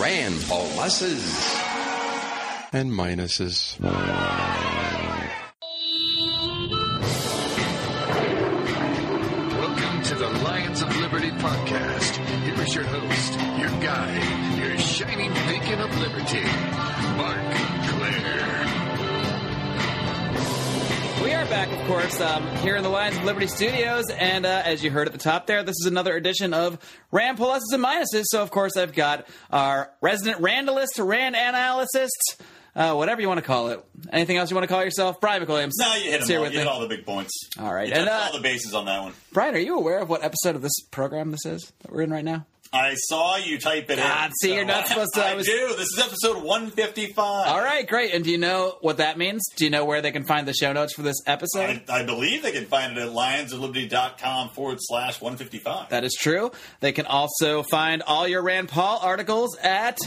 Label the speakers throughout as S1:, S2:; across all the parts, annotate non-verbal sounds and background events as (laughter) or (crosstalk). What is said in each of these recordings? S1: ran for pluses and minuses.
S2: Welcome to the Lions of Liberty podcast. Here is your host, your guide, your shining beacon of liberty, Mark Claire.
S3: We are back, of course, um, here in the Lions of Liberty Studios, and uh, as you heard at the top there, this is another edition of Ram Pluses and Minuses. So, of course, I've got our resident Randallist, Rand Analyst, uh, whatever you want to call it. Anything else you want to call yourself? Brian McWilliams.
S4: No, you hit
S3: is
S4: them
S3: here
S4: all.
S3: with
S4: You hit
S3: me.
S4: all the big points.
S3: All right,
S4: You
S3: and,
S4: touched
S3: uh,
S4: all the bases on that one.
S3: Brian, are you aware of what episode of this program this is that we're in right now?
S4: I saw you type it
S3: God,
S4: in.
S3: Ah, see, you're not supposed to- I
S4: (laughs) I,
S3: was-
S4: do. This is episode 155.
S3: All right, great. And do you know what that means? Do you know where they can find the show notes for this episode?
S4: I, I believe they can find it at lionsofliberty.com forward slash 155.
S3: that is true. They can also find all your Rand Paul articles at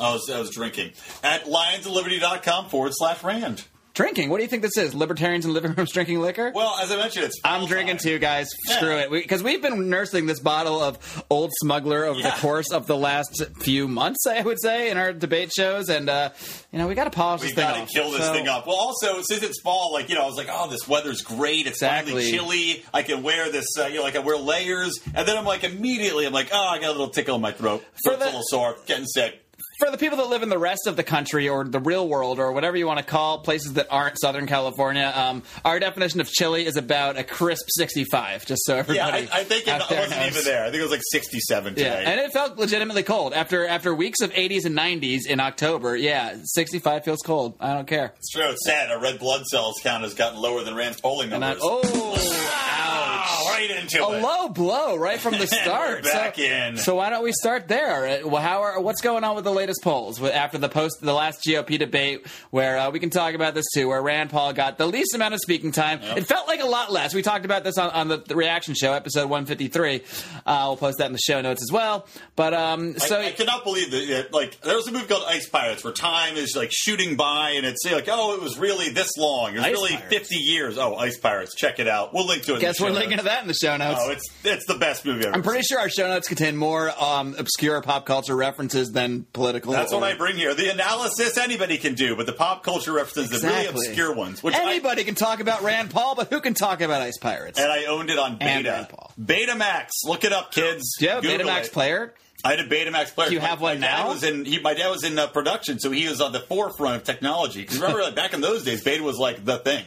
S4: Oh, I, was, I was drinking. At lionsofliberty.com forward slash rand.
S3: drinking. What do you think this is? Libertarians in living rooms drinking liquor?
S4: Well, as I mentioned, it's.
S3: I'm
S4: fall
S3: drinking
S4: time.
S3: too, guys.
S4: Yeah.
S3: Screw it. Because we, have been nursing this bottle of Old Smuggler over
S4: Yeah.
S3: the course of the last few months, I would say, in our debate shows. And, uh, you know, we got to polish
S4: We've
S3: this thing
S4: got
S3: off.
S4: to kill this
S3: So-
S4: thing up. Well, also, since it's fall, like, you know, I was like, oh, this weather's great. It's finally
S3: Exactly.
S4: chilly. I can wear this, uh, you know, like I wear layers. And then I'm like, immediately, I'm like, oh, I got a little tickle in my throat.
S3: For
S4: Throat's
S3: the-
S4: a little sore. Getting sick.
S3: For the people that live in the rest of the country or the real world or whatever you want to call places that aren't Southern California, um, our definition of chili is about a crisp 65, just so
S4: Yeah,
S3: everybody.
S4: I, I think it
S3: out there
S4: wasn't
S3: knows.
S4: even there. I think it was like 67 today.
S3: Yeah, and it felt legitimately cold after after weeks of 80s and 90s in October. Yeah, 65 feels cold. I don't care.
S4: it's true. It's sad. Our red blood cells count has gotten lower than Rand's polling
S3: And I,
S4: numbers. (laughs)
S3: oh, ouch.
S4: Ah, right into
S3: a
S4: it.
S3: low blow right from the start.
S4: (laughs) We're back
S3: so,
S4: in.
S3: so why don't we start there? Uh, Well, how are what's going on with the latest polls With- after the post the last GOP debate where uh, we can talk about this too, where Rand Paul got the least amount of speaking time. It felt like a lot less. We talked about this on, on the, the reaction show episode 153. Uh, we'll post that in the show notes as well. But um,
S4: I-
S3: so
S4: I, cannot believe that, that, like, there was a movie called Ice Pirates where time is, like, shooting by and it's like, oh, it was really this long. It was
S3: Ice
S4: really
S3: Pirates.
S4: 50 years. Oh, Ice Pirates. Check it out. We'll link to it. in
S3: guess
S4: the
S3: we're
S4: show
S3: linking to
S4: notes.
S3: that in the show notes.
S4: Oh, it's, it's the best movie ever.
S3: I'm pretty sure our show notes contain more um, obscure pop culture references than political.
S4: That's what
S3: or-
S4: I bring here. The analysis anybody can do, but the pop culture references, the really
S3: Exactly.
S4: obscure ones, which I,
S3: Anybody can talk about Rand Paul, but who can talk about Ice Pirates?
S4: and I owned it on
S3: And
S4: Beta.
S3: Rand Paul.
S4: Betamax. Look it up, kids.
S3: Do you have a
S4: Google
S3: Betamax
S4: it.
S3: player?
S4: I had a Betamax player.
S3: Do you
S4: My-
S3: have one
S4: my Dad
S3: now?
S4: was in, he, my dad was in uh, production, so he was on the forefront of technology. Because remember, like, back in those days, Beta was like the thing.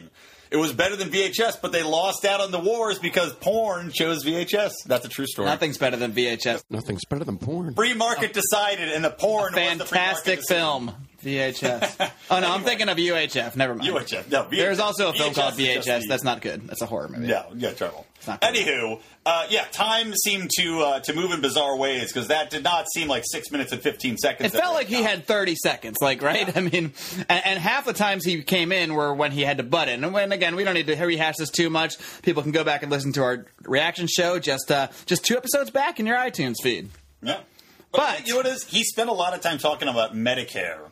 S4: It was better than VHS, but they lost out on the wars because porn chose VHS. That's a true story.
S3: Nothing's better than VHS.
S1: Nothing's better than porn.
S4: Free market decided, and the porn was the free market
S3: Fantastic
S4: decision.
S3: film.
S4: (laughs)
S3: VHS. Oh no, I'm thinking of UHF. Never mind.
S4: UHF. No, VHS.
S3: There's also a film called
S4: VHS is just
S3: VHS.
S4: the-
S3: That's not good. That's a horror movie.
S4: No, yeah, terrible.
S3: not good.
S4: Anywho, uh, yeah, time seemed to uh, to move in bizarre ways because that did not seem like six minutes and fifteen seconds.
S3: It felt
S4: that
S3: like he
S4: went
S3: had 30 seconds, like right. (laughs) I mean, and, and half the times he came in were when he had to butt in. And when again, we don't need to rehash this too much. People can go back and listen to our reaction show just uh, just two episodes back in your iTunes feed.
S4: down. Yeah.
S3: But-
S4: you know what it is? He spent a lot of time talking about Medicare.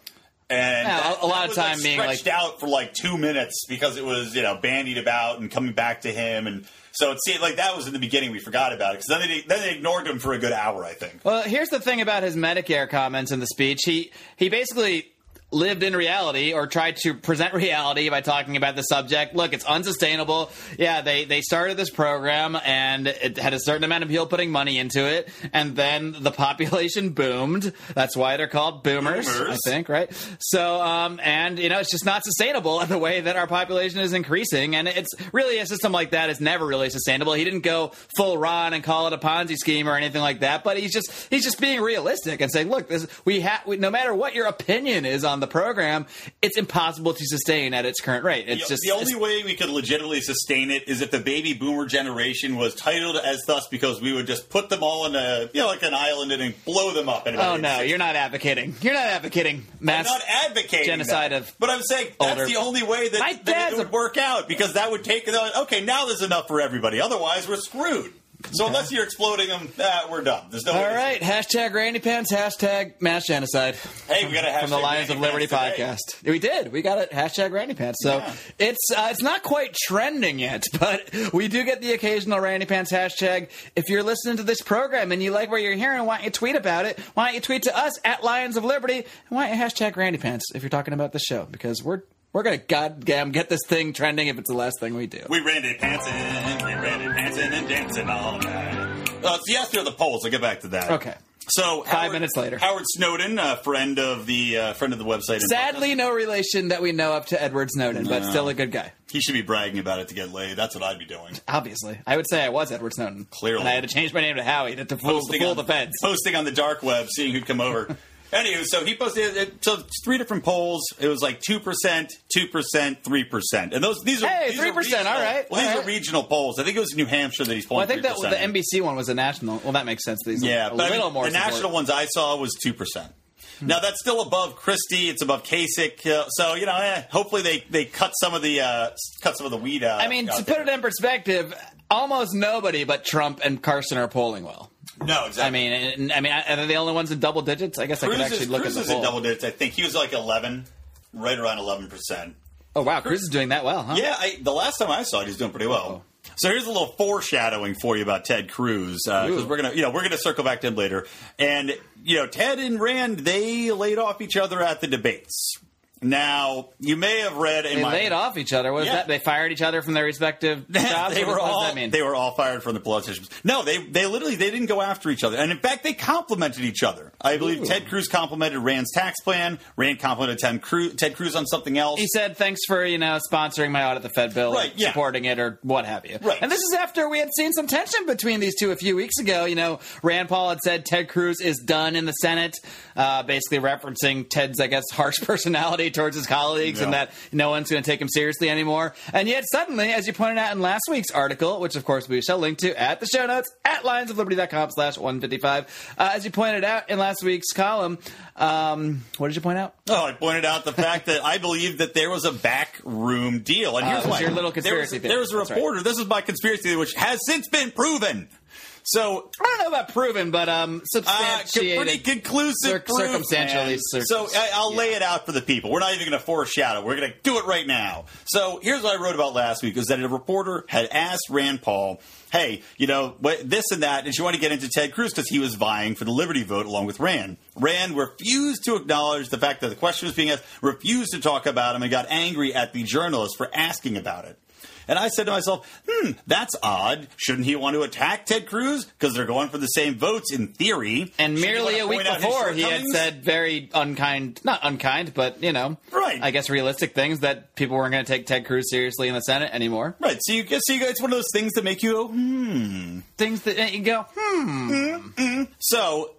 S4: And
S3: Yeah,
S4: that-
S3: a- a lot
S4: that
S3: of
S4: was,
S3: time being,
S4: stretched
S3: like-
S4: out for like two minutes because it was you know bandied about and coming back to him and so it seemed like that was in the beginning we forgot about it because then they then they ignored him for a good hour I think
S3: Well, here's the thing about his Medicare comments in the speech. He he basically lived in reality or tried to present (laughs) reality by talking about the subject. Look, it's unsustainable. Yeah, they they started this program and it had a certain amount of people putting money into it and then the population (laughs) boomed. That's why they're called boomers,
S4: Boomers.
S3: I think, right? So um and you know, it's just not sustainable the way that our population is increasing and it's really a system like that is never really sustainable. He didn't go full Ron and call it a Ponzi scheme or anything like that, but he's just he's just being realistic and saying, look, this we have no matter what your opinion is on the program, it's impossible to sustain at its current rate. It's
S4: The-
S3: just
S4: the
S3: it's-
S4: only way we could legitimately sustain it is if the baby boomer generation was titled as thus because we would just put them all in a you know like an island and then blow them up. In
S3: Oh no, you're not advocating. You're not advocating mass.
S4: not advocating
S3: genocide
S4: that.
S3: of
S4: but I'm saying
S3: older-
S4: that's the only way that,
S3: My
S4: that
S3: dad's
S4: it
S3: a-
S4: would work out because that would take okay now there's enough for everybody otherwise we're screwed. So unless you're exploding them, ah, we're done. There's no.
S3: All
S4: way to-
S3: right, hashtag Randy Pants, hashtag mass genocide.
S4: Hey, we got a hashtag
S3: from the Lions of
S4: Randy
S3: Liberty
S4: Pants today.
S3: podcast. We did. We got a hashtag Randy Pants. So
S4: Yeah.
S3: it's uh, it's not quite trending yet, (laughs) but we do get the occasional Randy Pants hashtag. If you're listening to this program and you like what you're hearing, why don't you tweet about it? Why don't you tweet to us at Lions of Liberty? And why don't you hashtag Randy Pants if you're talking about the show? Because we're we're gonna goddamn get this thing trending if it's the last thing we do.
S4: We Randy Pantsin, we Randy Pantsin and dancing all night. Uh, so you asked me about the polls. I'll get back to that.
S3: Okay.
S4: So
S3: Five minutes later.
S4: Howard Snowden, a friend of the uh, friend of the website. and
S3: Sadly, no relation that we know up to Edward Snowden, but
S4: No.
S3: still a good guy.
S4: He should be bragging about it to get laid. That's what I'd be doing.
S3: Obviously, I would say I was Edward Snowden.
S4: Clearly.
S3: and I had to change my name to Howie to, to fool, to
S4: Posting
S3: fool
S4: on-
S3: the feds.
S4: Posting on the dark web, seeing who'd
S3: (laughs)
S4: come over. Anywho, so he posted it, so it's three different polls. It was like two percent, two percent, three percent, and those these are
S3: Hey,
S4: these are
S3: 3%, all
S4: regional-
S3: right,
S4: Well,
S3: all
S4: these
S3: right.
S4: are regional polls. I think it was New Hampshire that he's
S3: Well, I
S4: polling.
S3: think that
S4: 3%.
S3: the NBC one was a national. Well, that makes sense. These
S4: Yeah,
S3: a
S4: but I
S3: little
S4: mean,
S3: more.
S4: The
S3: support. Hmm.
S4: national ones I saw was two percent. Now that's still above Christie. It's above Kasich. Uh, so you know, eh, hopefully they, they cut some of the uh, s- cut some of the weed out.
S3: I mean, to
S4: out
S3: put
S4: there.
S3: it in perspective, almost nobody but Trump and Carson are polling well.
S4: no, exactly.
S3: I mean, and- I mean, are they the only ones in double digits? I guess I
S4: Cruz
S3: could actually
S4: is,
S3: look
S4: Cruz
S3: at
S4: is
S3: the
S4: in
S3: poll.
S4: double digits. I think he was like eleven, right around eleven percent.
S3: oh wow, Cruz is doing that well, huh?
S4: Yeah, I, the last time I saw it, he's doing pretty well. So here's a little foreshadowing for you about Ted Cruz because
S3: Ooh.
S4: we're gonna, you know, we're gonna circle back to him later. And you know, Ted and Rand they laid off each other at the debates. Now you may have read in
S3: They
S4: my
S3: laid off each other. What is
S4: Yeah.
S3: that? They fired each other from their respective jobs.
S4: (laughs) they
S3: What
S4: were
S3: does
S4: all
S3: that mean?
S4: they were all fired from the politicians. No, they they literally they didn't go after each other, and in fact they complimented each other. I believe Ted Cruz complimented Rand's tax plan. Rand complimented Ted Cruz, Ted Cruz on something else.
S3: he said, "Thanks for you know sponsoring my audit the Fed bill,
S4: Right,
S3: or
S4: yeah.
S3: supporting it, or what have you."
S4: Right.
S3: And this is after we had seen some tension between these two a few weeks ago. You know, Rand Paul had said Ted Cruz is done in the Senate, uh, basically referencing Ted's, I guess, (laughs) harsh personality towards his colleagues, and
S4: Yeah.
S3: that no one's going to take him seriously anymore. And yet, suddenly, as you pointed out in last week's article, which of course we shall link to at the show notes at lionsofliberty.com/slash one fifty-five, uh, as you pointed out in last week's column, um, what did you point out?
S4: Oh, I pointed out the fact that I believe that there was a backroom deal, and
S3: Ah,
S4: here's
S3: it was
S4: why.
S3: your little
S4: There was-
S3: conspiracy
S4: There was,
S3: theory. That's
S4: a
S3: right.
S4: reporter. This is my conspiracy theory, which has since been proven. So
S3: I don't know about proven, but um,
S4: Uh,
S3: substantiated.
S4: pretty conclusive
S3: Circ-
S4: proof,
S3: circumstantially
S4: man.
S3: cir-
S4: so I, I'll lay it out for the people. We're not even going to foreshadow. We're going to do it right now. So here's what I wrote about last week: is that a reporter had asked Rand Paul, "Hey, you know what, this and that," and she wanted to get into Ted Cruz because he was vying for the Liberty vote along with Rand. Rand refused to acknowledge the fact that the question was being asked, refused to talk about him, and got angry at the journalist for asking about it. And I said to myself, hmm, that's odd. Shouldn't he want to attack Ted Cruz? Because they're going for the same votes in theory.
S3: And
S4: Should he
S3: merely
S4: want to
S3: a week
S4: point out his
S3: before, he had
S4: shortcomings?
S3: said very unkind, not unkind, but, you know,
S4: Right.
S3: I guess realistic things that people weren't going to take Ted Cruz seriously in the Senate anymore.
S4: Right, so you guess so you guys, it's one of those things that make you go, hmm.
S3: Things that uh, you go, hmm.
S4: So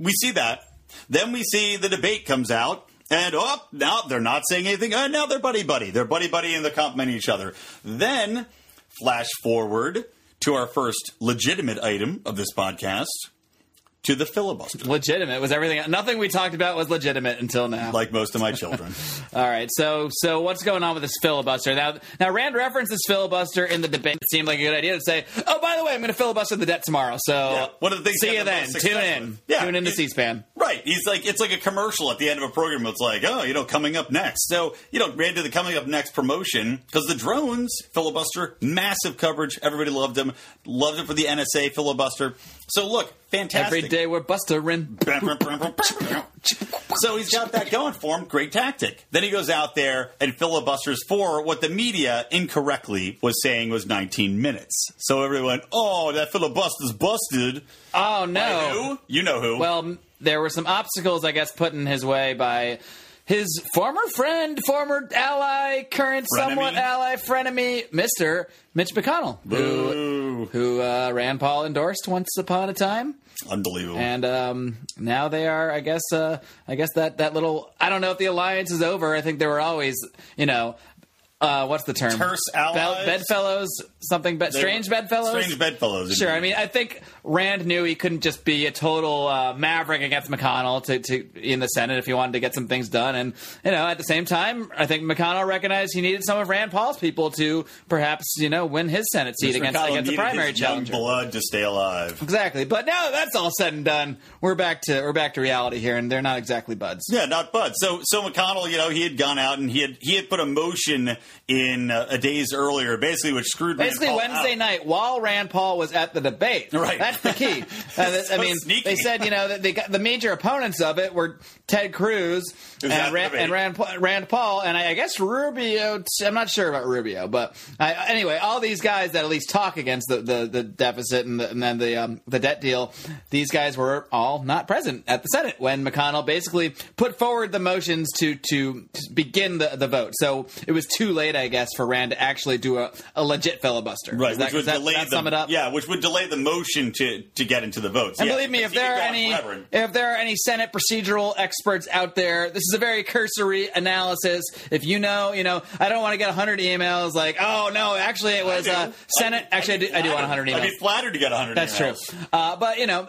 S4: we see that. Then we see the debate comes out, and oh, now they're not saying anything. And now they're buddy buddy. They're buddy buddy and they're complimenting each other. Then flash forward to our first legitimate item of this podcast to the filibuster.
S3: Legitimate was everything. Nothing we talked about was legitimate until now.
S4: Like most of
S3: (laughs)
S4: my children.
S3: All right, so so what's going on with this filibuster? Now, now Rand referenced this filibuster in the debate. It seemed like a good idea to say, oh, by the way, I'm going to filibuster the debt tomorrow. So
S4: Yeah, one of the things
S3: see
S4: he
S3: you
S4: had the
S3: then.
S4: most
S3: Tune
S4: success
S3: in.
S4: with. Yeah,
S3: Tune in to
S4: it-
S3: C-SPAN.
S4: Right. He's like it's like a commercial at the end of a program. It's like, oh, you know, coming up next. So you know, ran to the coming up next promotion because the drones filibuster, massive coverage. Everybody loved him. Loved it for the NSA filibuster. So look, fantastic.
S3: Every day we're bustering.
S4: So he's got that going for him. Great tactic. Then he goes out there and filibusters for what the media incorrectly was saying was 19 minutes. So everyone, oh, that filibuster's busted.
S3: Oh no.
S4: Who? You know who.
S3: Well, m- there were some obstacles, I guess, put in his way by his former friend, former ally, current somewhat
S4: Frenemy.
S3: ally, frenemy, Mr. Mitch McConnell, who, who uh, Rand Paul endorsed once upon a time.
S4: Unbelievable.
S3: And um, now they are, I guess, uh, I guess that, that little, I don't know if the alliance is over. I think there were always, you know, uh, what's the term?
S4: Terse allies?
S3: bedfellows, something. But
S4: They
S3: strange
S4: were-
S3: bedfellows.
S4: Strange bedfellows.
S3: Sure. I
S4: indeed.
S3: mean, I think Rand knew he couldn't just be a total uh, maverick against McConnell to, to in the Senate if he wanted to get some things done. And you know, at the same time, I think McConnell recognized he needed some of Rand Paul's people to perhaps you know win his Senate seat
S4: Mr.
S3: against
S4: Collin
S3: against the
S4: needed
S3: primary
S4: his young
S3: challenger.
S4: blood to stay alive.
S3: Exactly. But now that's all said and done, we're back to we're back to reality here, and they're not exactly buds.
S4: Yeah, not Bud. So, so McConnell, you know, he had gone out and he had he had put a motion in uh, a days earlier, basically, which screwed Rand
S3: Basically,
S4: Paul
S3: Wednesday
S4: out.
S3: night, while Rand Paul was at the debate,
S4: Right.
S3: That's the
S4: (laughs)
S3: key. Uh, th- I
S4: So
S3: mean,
S4: sneaky.
S3: they said you know that they got, the major opponents of it were Ted Cruz
S4: was at
S3: and,
S4: the
S3: Rand,
S4: debate.
S3: and Rand, Pa- Rand Paul, and I, I guess Rubio. T- I'm not sure about Rubio, but I, anyway, all these guys that at least talk against the, the, the deficit and, the, and then the um, the debt deal. These guys were all not present at the Senate when McConnell basically put forward the motions to to begin the, the vote. So it was too late, I guess, for Rand to actually do a, a legit filibuster. Does
S4: Right, which
S3: that,
S4: would
S3: does that-
S4: delay
S3: that
S4: the,
S3: sum it up?
S4: Yeah, which would delay the motion to to get into the votes.
S3: And
S4: Yeah,
S3: believe me,
S4: because
S3: if
S4: he
S3: there
S4: could
S3: are
S4: go on
S3: any
S4: forever and-
S3: if there are any Senate procedural experts out there, this is a very cursory analysis. If you know, you know, I don't want to get 100 emails like, oh no, actually it was
S4: do.
S3: uh, Senate.
S4: I'd-
S3: Actually, I do, I do want 100
S4: I'd
S3: emails.
S4: be flattered to get 100
S3: That's true.
S4: emails.
S3: Uh, but you know.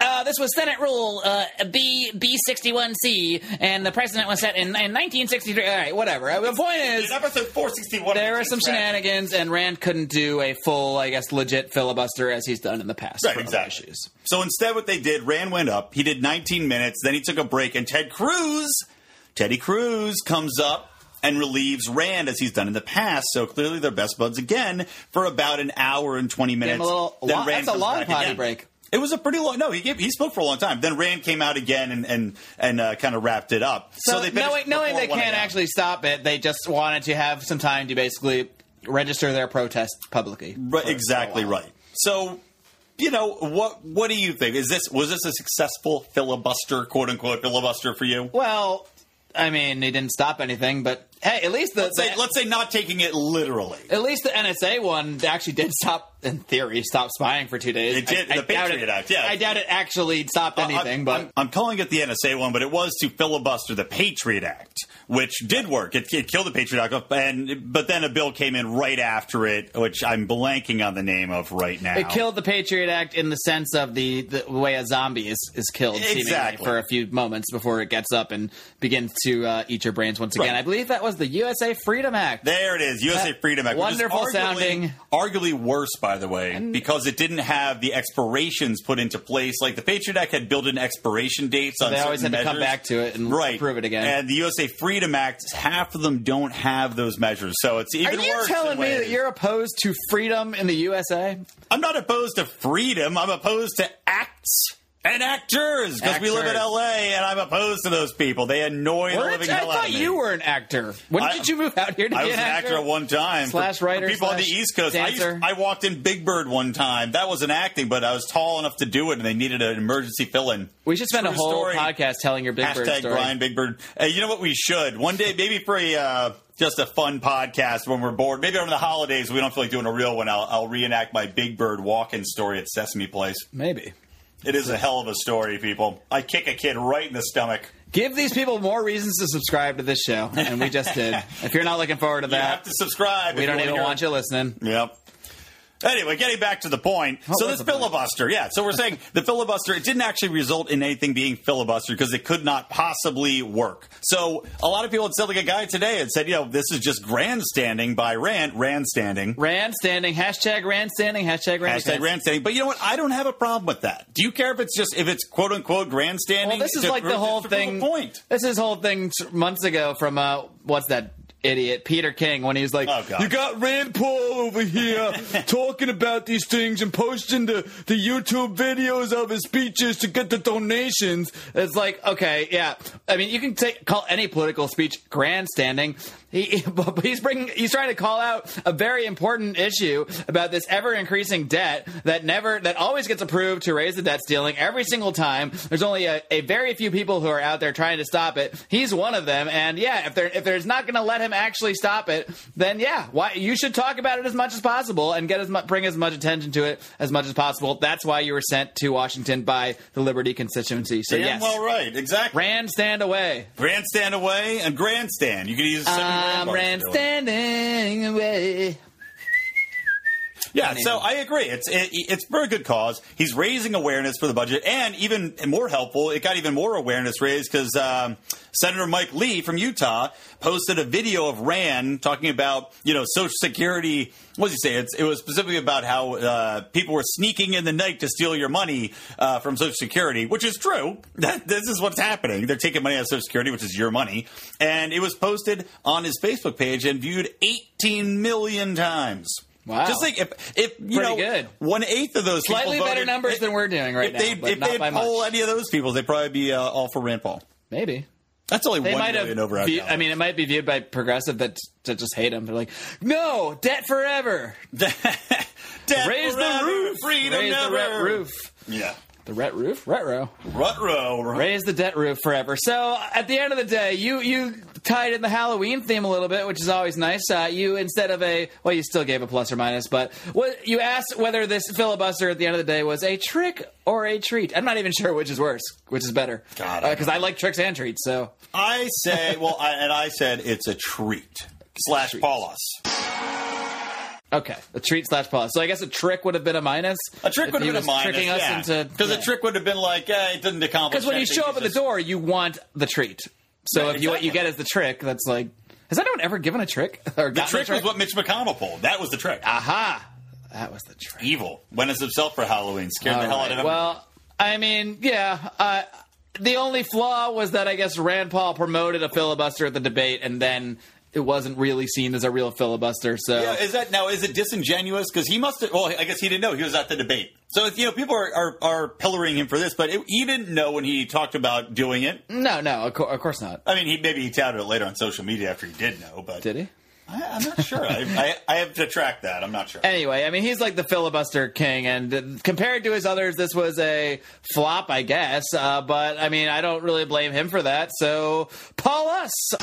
S3: Uh, this was Senate Rule uh, B B sixty one C, and the precedent was set in, in nineteen sixty three. All right, whatever. Uh, The point is,
S4: In episode 461,
S3: there
S4: we
S3: were some
S4: track-
S3: shenanigans, and Rand couldn't do a full, I guess, legit filibuster as he's done in the past.
S4: Right,
S3: for other
S4: exactly.
S3: Issues.
S4: So instead, what they did, Rand went up. He did 19 minutes. Then he took a break, and Ted Cruz, Teddy Cruz, comes up and relieves Rand as he's done in the past. So clearly, they're best buds again for about an hour and 20 minutes.
S3: him a little-
S4: Then
S3: lo- that's a
S4: comes
S3: long
S4: back
S3: potty
S4: again.
S3: break.
S4: It was a pretty long. No, he gave, he spoke for a long time. Then Rand came out again and and and uh, kind of wrapped it up. So,
S3: So,
S4: they finished
S3: knowing, knowing
S4: before
S3: they
S4: 1
S3: can't
S4: a.m.
S3: actually stop it, they just wanted to have some time to basically register their protest publicly.
S4: Right,
S3: for-
S4: exactly
S3: for a while.
S4: right. So, you know what? What do you think? Is this was this a successful filibuster, quote unquote filibuster for you?
S3: Well, I mean, they didn't stop anything, but hey, at least the,
S4: Let's say,
S3: the-
S4: let's say not taking it literally.
S3: at least the NSA one actually did stop, in theory, stop spying for two days.
S4: It did,
S3: I,
S4: the
S3: I doubt
S4: Patriot
S3: it,
S4: Act, yeah.
S3: I doubt it actually stopped anything,
S4: I-
S3: but
S4: I'm, I'm calling it the NSA one, but it was to filibuster the Patriot Act, which did work. It, it killed the Patriot Act, and but then a bill came in right after it, which I'm blanking on the name of right now.
S3: It killed the Patriot Act in the sense of the, the way a zombie is, is killed seemingly,
S4: Exactly.
S3: for a few moments before it gets up and begins to uh, eat your brains once again.
S4: Right.
S3: I believe that was the USA Freedom Act.
S4: There it is, USA
S3: That
S4: Freedom Act. which is
S3: wonderful
S4: arguably-
S3: sounding-
S4: arguably worse, by the way, because it didn't have the expirations put into place. Like the Patriot Act had built in expiration dates on
S3: they always
S4: certain
S3: had to come
S4: measures.
S3: back to it and
S4: Right,
S3: prove it again.
S4: And the USA Freedom Act, half of them don't have those measures, so it's
S3: Are
S4: even
S3: you
S4: worse.
S3: telling
S4: in
S3: me
S4: ways.
S3: that you're opposed to freedom in the USA?
S4: I'm not opposed to freedom. I'm opposed to acts and actors because we live in
S3: Actors.
S4: L.A. and I'm opposed to those people. They annoy the
S3: Weren't-
S4: living
S3: I
S4: hell out
S3: thought
S4: of me.
S3: you were an actor. When
S4: I-
S3: did you move out here to
S4: I
S3: be
S4: was an actor at one time.
S3: Slash
S4: For- for
S3: writer
S4: People on the
S3: slash
S4: East Coast. I, used-
S3: dancer.
S4: I walked in Big Bird one time. That wasn't acting, but I was tall enough to do it, and they needed an emergency fill-in.
S3: We should spend a
S4: True
S3: whole
S4: story.
S3: podcast telling your Big Bird
S4: Hashtag
S3: story.
S4: Brian Big Bird. Hey, you know what? We should one day, maybe for a uh, just a fun podcast when we're bored. Maybe over the holidays, we don't feel like doing a real one. I'll, I'll reenact my Big Bird walk-in story at Sesame Place.
S3: Maybe.
S4: It is a hell of a story, people. I kick a kid right in the stomach.
S3: Give these people more reasons to subscribe to this show, and we just
S4: (laughs)
S3: did. if you're not looking forward to
S4: You
S3: that,
S4: have to subscribe.
S3: we
S4: if
S3: don't
S4: you
S3: even
S4: wanna hear-
S3: want you listening.
S4: Yep. Anyway, getting back to the point.
S3: was
S4: so this
S3: the point?
S4: filibuster, yeah. So we're saying the filibuster, it didn't actually result in anything being filibuster because it could not possibly work. So a lot of people had said, like a guy today had said, you know, this is just grandstanding by Rand, grandstanding,
S3: Rand standing, hashtag Rand standing, hashtag Rand
S4: hashtag
S3: standing.
S4: grandstanding. But you know what? I don't have a problem with that. Do you care if it's just if it's quote unquote grandstanding?
S3: Well, this is
S4: to
S3: like the
S4: prove-
S3: whole
S4: to prove a
S3: thing.
S4: Point.
S3: This is whole thing t- months ago from uh, what's that idiot Peter King when he was like,
S4: Oh, God.
S3: "You got Rand Paul over here talking about these things and posting the the YouTube videos of his speeches to get the donations." It's like, okay, yeah. I mean, you can take call any political speech grandstanding. He, (laughs) but he's bringing, he's trying to call out a very important issue about this ever increasing debt that never, that always gets approved to raise the debt ceiling every single time. There's only a, a very few people who are out there trying to stop it. He's one of them, and yeah, if they're if there's not going to let him time actually stop it, then yeah, why you should talk about it as much as possible and get as mu- bring as much attention to it as much as possible. That's why you were sent to Washington by the Liberty constituency. So
S4: Damn
S3: yes,
S4: well right, exactly.
S3: Rand, stand away.
S4: grandstand away and grandstand. You could use seven
S3: I'm
S4: grand bars
S3: Rand
S4: to do it.
S3: standing away.
S4: Yeah, so I agree. It's it, it's for a good cause. He's raising awareness for the budget, and even more helpful, it got even more awareness raised because um, Senator Mike Lee from Utah posted a video of Rand talking about you know Social Security. What did he say? It's, it was specifically about how uh, people were sneaking in the night to steal your money uh, from Social Security, which is true. (laughs) That this is what's happening. They're taking money out of Social Security, which is your money, and it was posted on his Facebook page and viewed 18 million times.
S3: Wow.
S4: Just like if if you
S3: Pretty
S4: know
S3: good.
S4: one eighth of those people
S3: Slightly better
S4: voted-
S3: numbers
S4: if-
S3: than we're doing right
S4: if they,
S3: now, but
S4: if
S3: not
S4: they
S3: by
S4: poll
S3: much.
S4: any of those people, they'd probably be uh, all for Rand Paul.
S3: Maybe.
S4: That's only
S3: They
S4: one
S3: might have.
S4: million over. our
S3: view-
S4: count.
S3: I mean, it might be viewed by progressive that that just hate him. They're like, no, debt forever.
S4: (laughs) Death
S3: Raise the
S4: forever,
S3: roof.
S4: freedom
S3: Raise
S4: never.
S3: the ret roof.
S4: Yeah,
S3: The ret roof. Retro.
S4: Rutro. Right?
S3: Raise the debt roof forever. So at the end of the day, you you tied in the Halloween theme a little bit, which is always nice. Uh, you instead of a well, you still gave a plus or minus, but what you asked whether this filibuster at the end of the day was a trick or a treat. I'm not even sure which is worse, which is better.
S4: God, I
S3: because I like tricks and treats. So
S4: I say, well, I, and I said it's a treat slash Paulos.
S3: okay, a treat slash pause. So I guess a trick would have been a minus.
S4: A trick
S3: if
S4: would
S3: he
S4: have been
S3: was
S4: a minus,
S3: tricking us into
S4: because a trick would have been like eh, it didn't accomplish.
S3: Because when you
S4: anything,
S3: show
S4: it
S3: up at the
S4: just-
S3: door, you want the treat. So
S4: Right,
S3: if you, what you get
S4: exactly.
S3: is the trick, that's like. Has anyone ever given a trick? (laughs) Ah. Or
S4: the trick was what Mitch McConnell pulled. That was the trick.
S3: Aha! That was the trick.
S4: Evil went as himself for Halloween, scared the
S3: All
S4: hell
S3: right.
S4: out of him.
S3: Well, I mean, yeah. Uh, the only flaw was that I guess Rand Paul promoted a filibuster at the debate, and then it wasn't really seen as a real filibuster. So
S4: Yeah, is that now? Is it disingenuous? Because he must have. Well, I guess he didn't know he was at the debate. So it's, you know, people are, are, are pillaring him for this, but it, he didn't know when he talked about doing it.
S3: no, no, of, co- of course not.
S4: I mean, he maybe he touted it later on social media after he did know, but
S3: Did he?
S4: I, I'm not sure. I, I, I have to track that. I'm not sure.
S3: Anyway, I mean, he's like the filibuster king, and uh, compared to his others, this was a flop, I guess. Uh, but I mean, I don't really blame him for that. So, Paul us.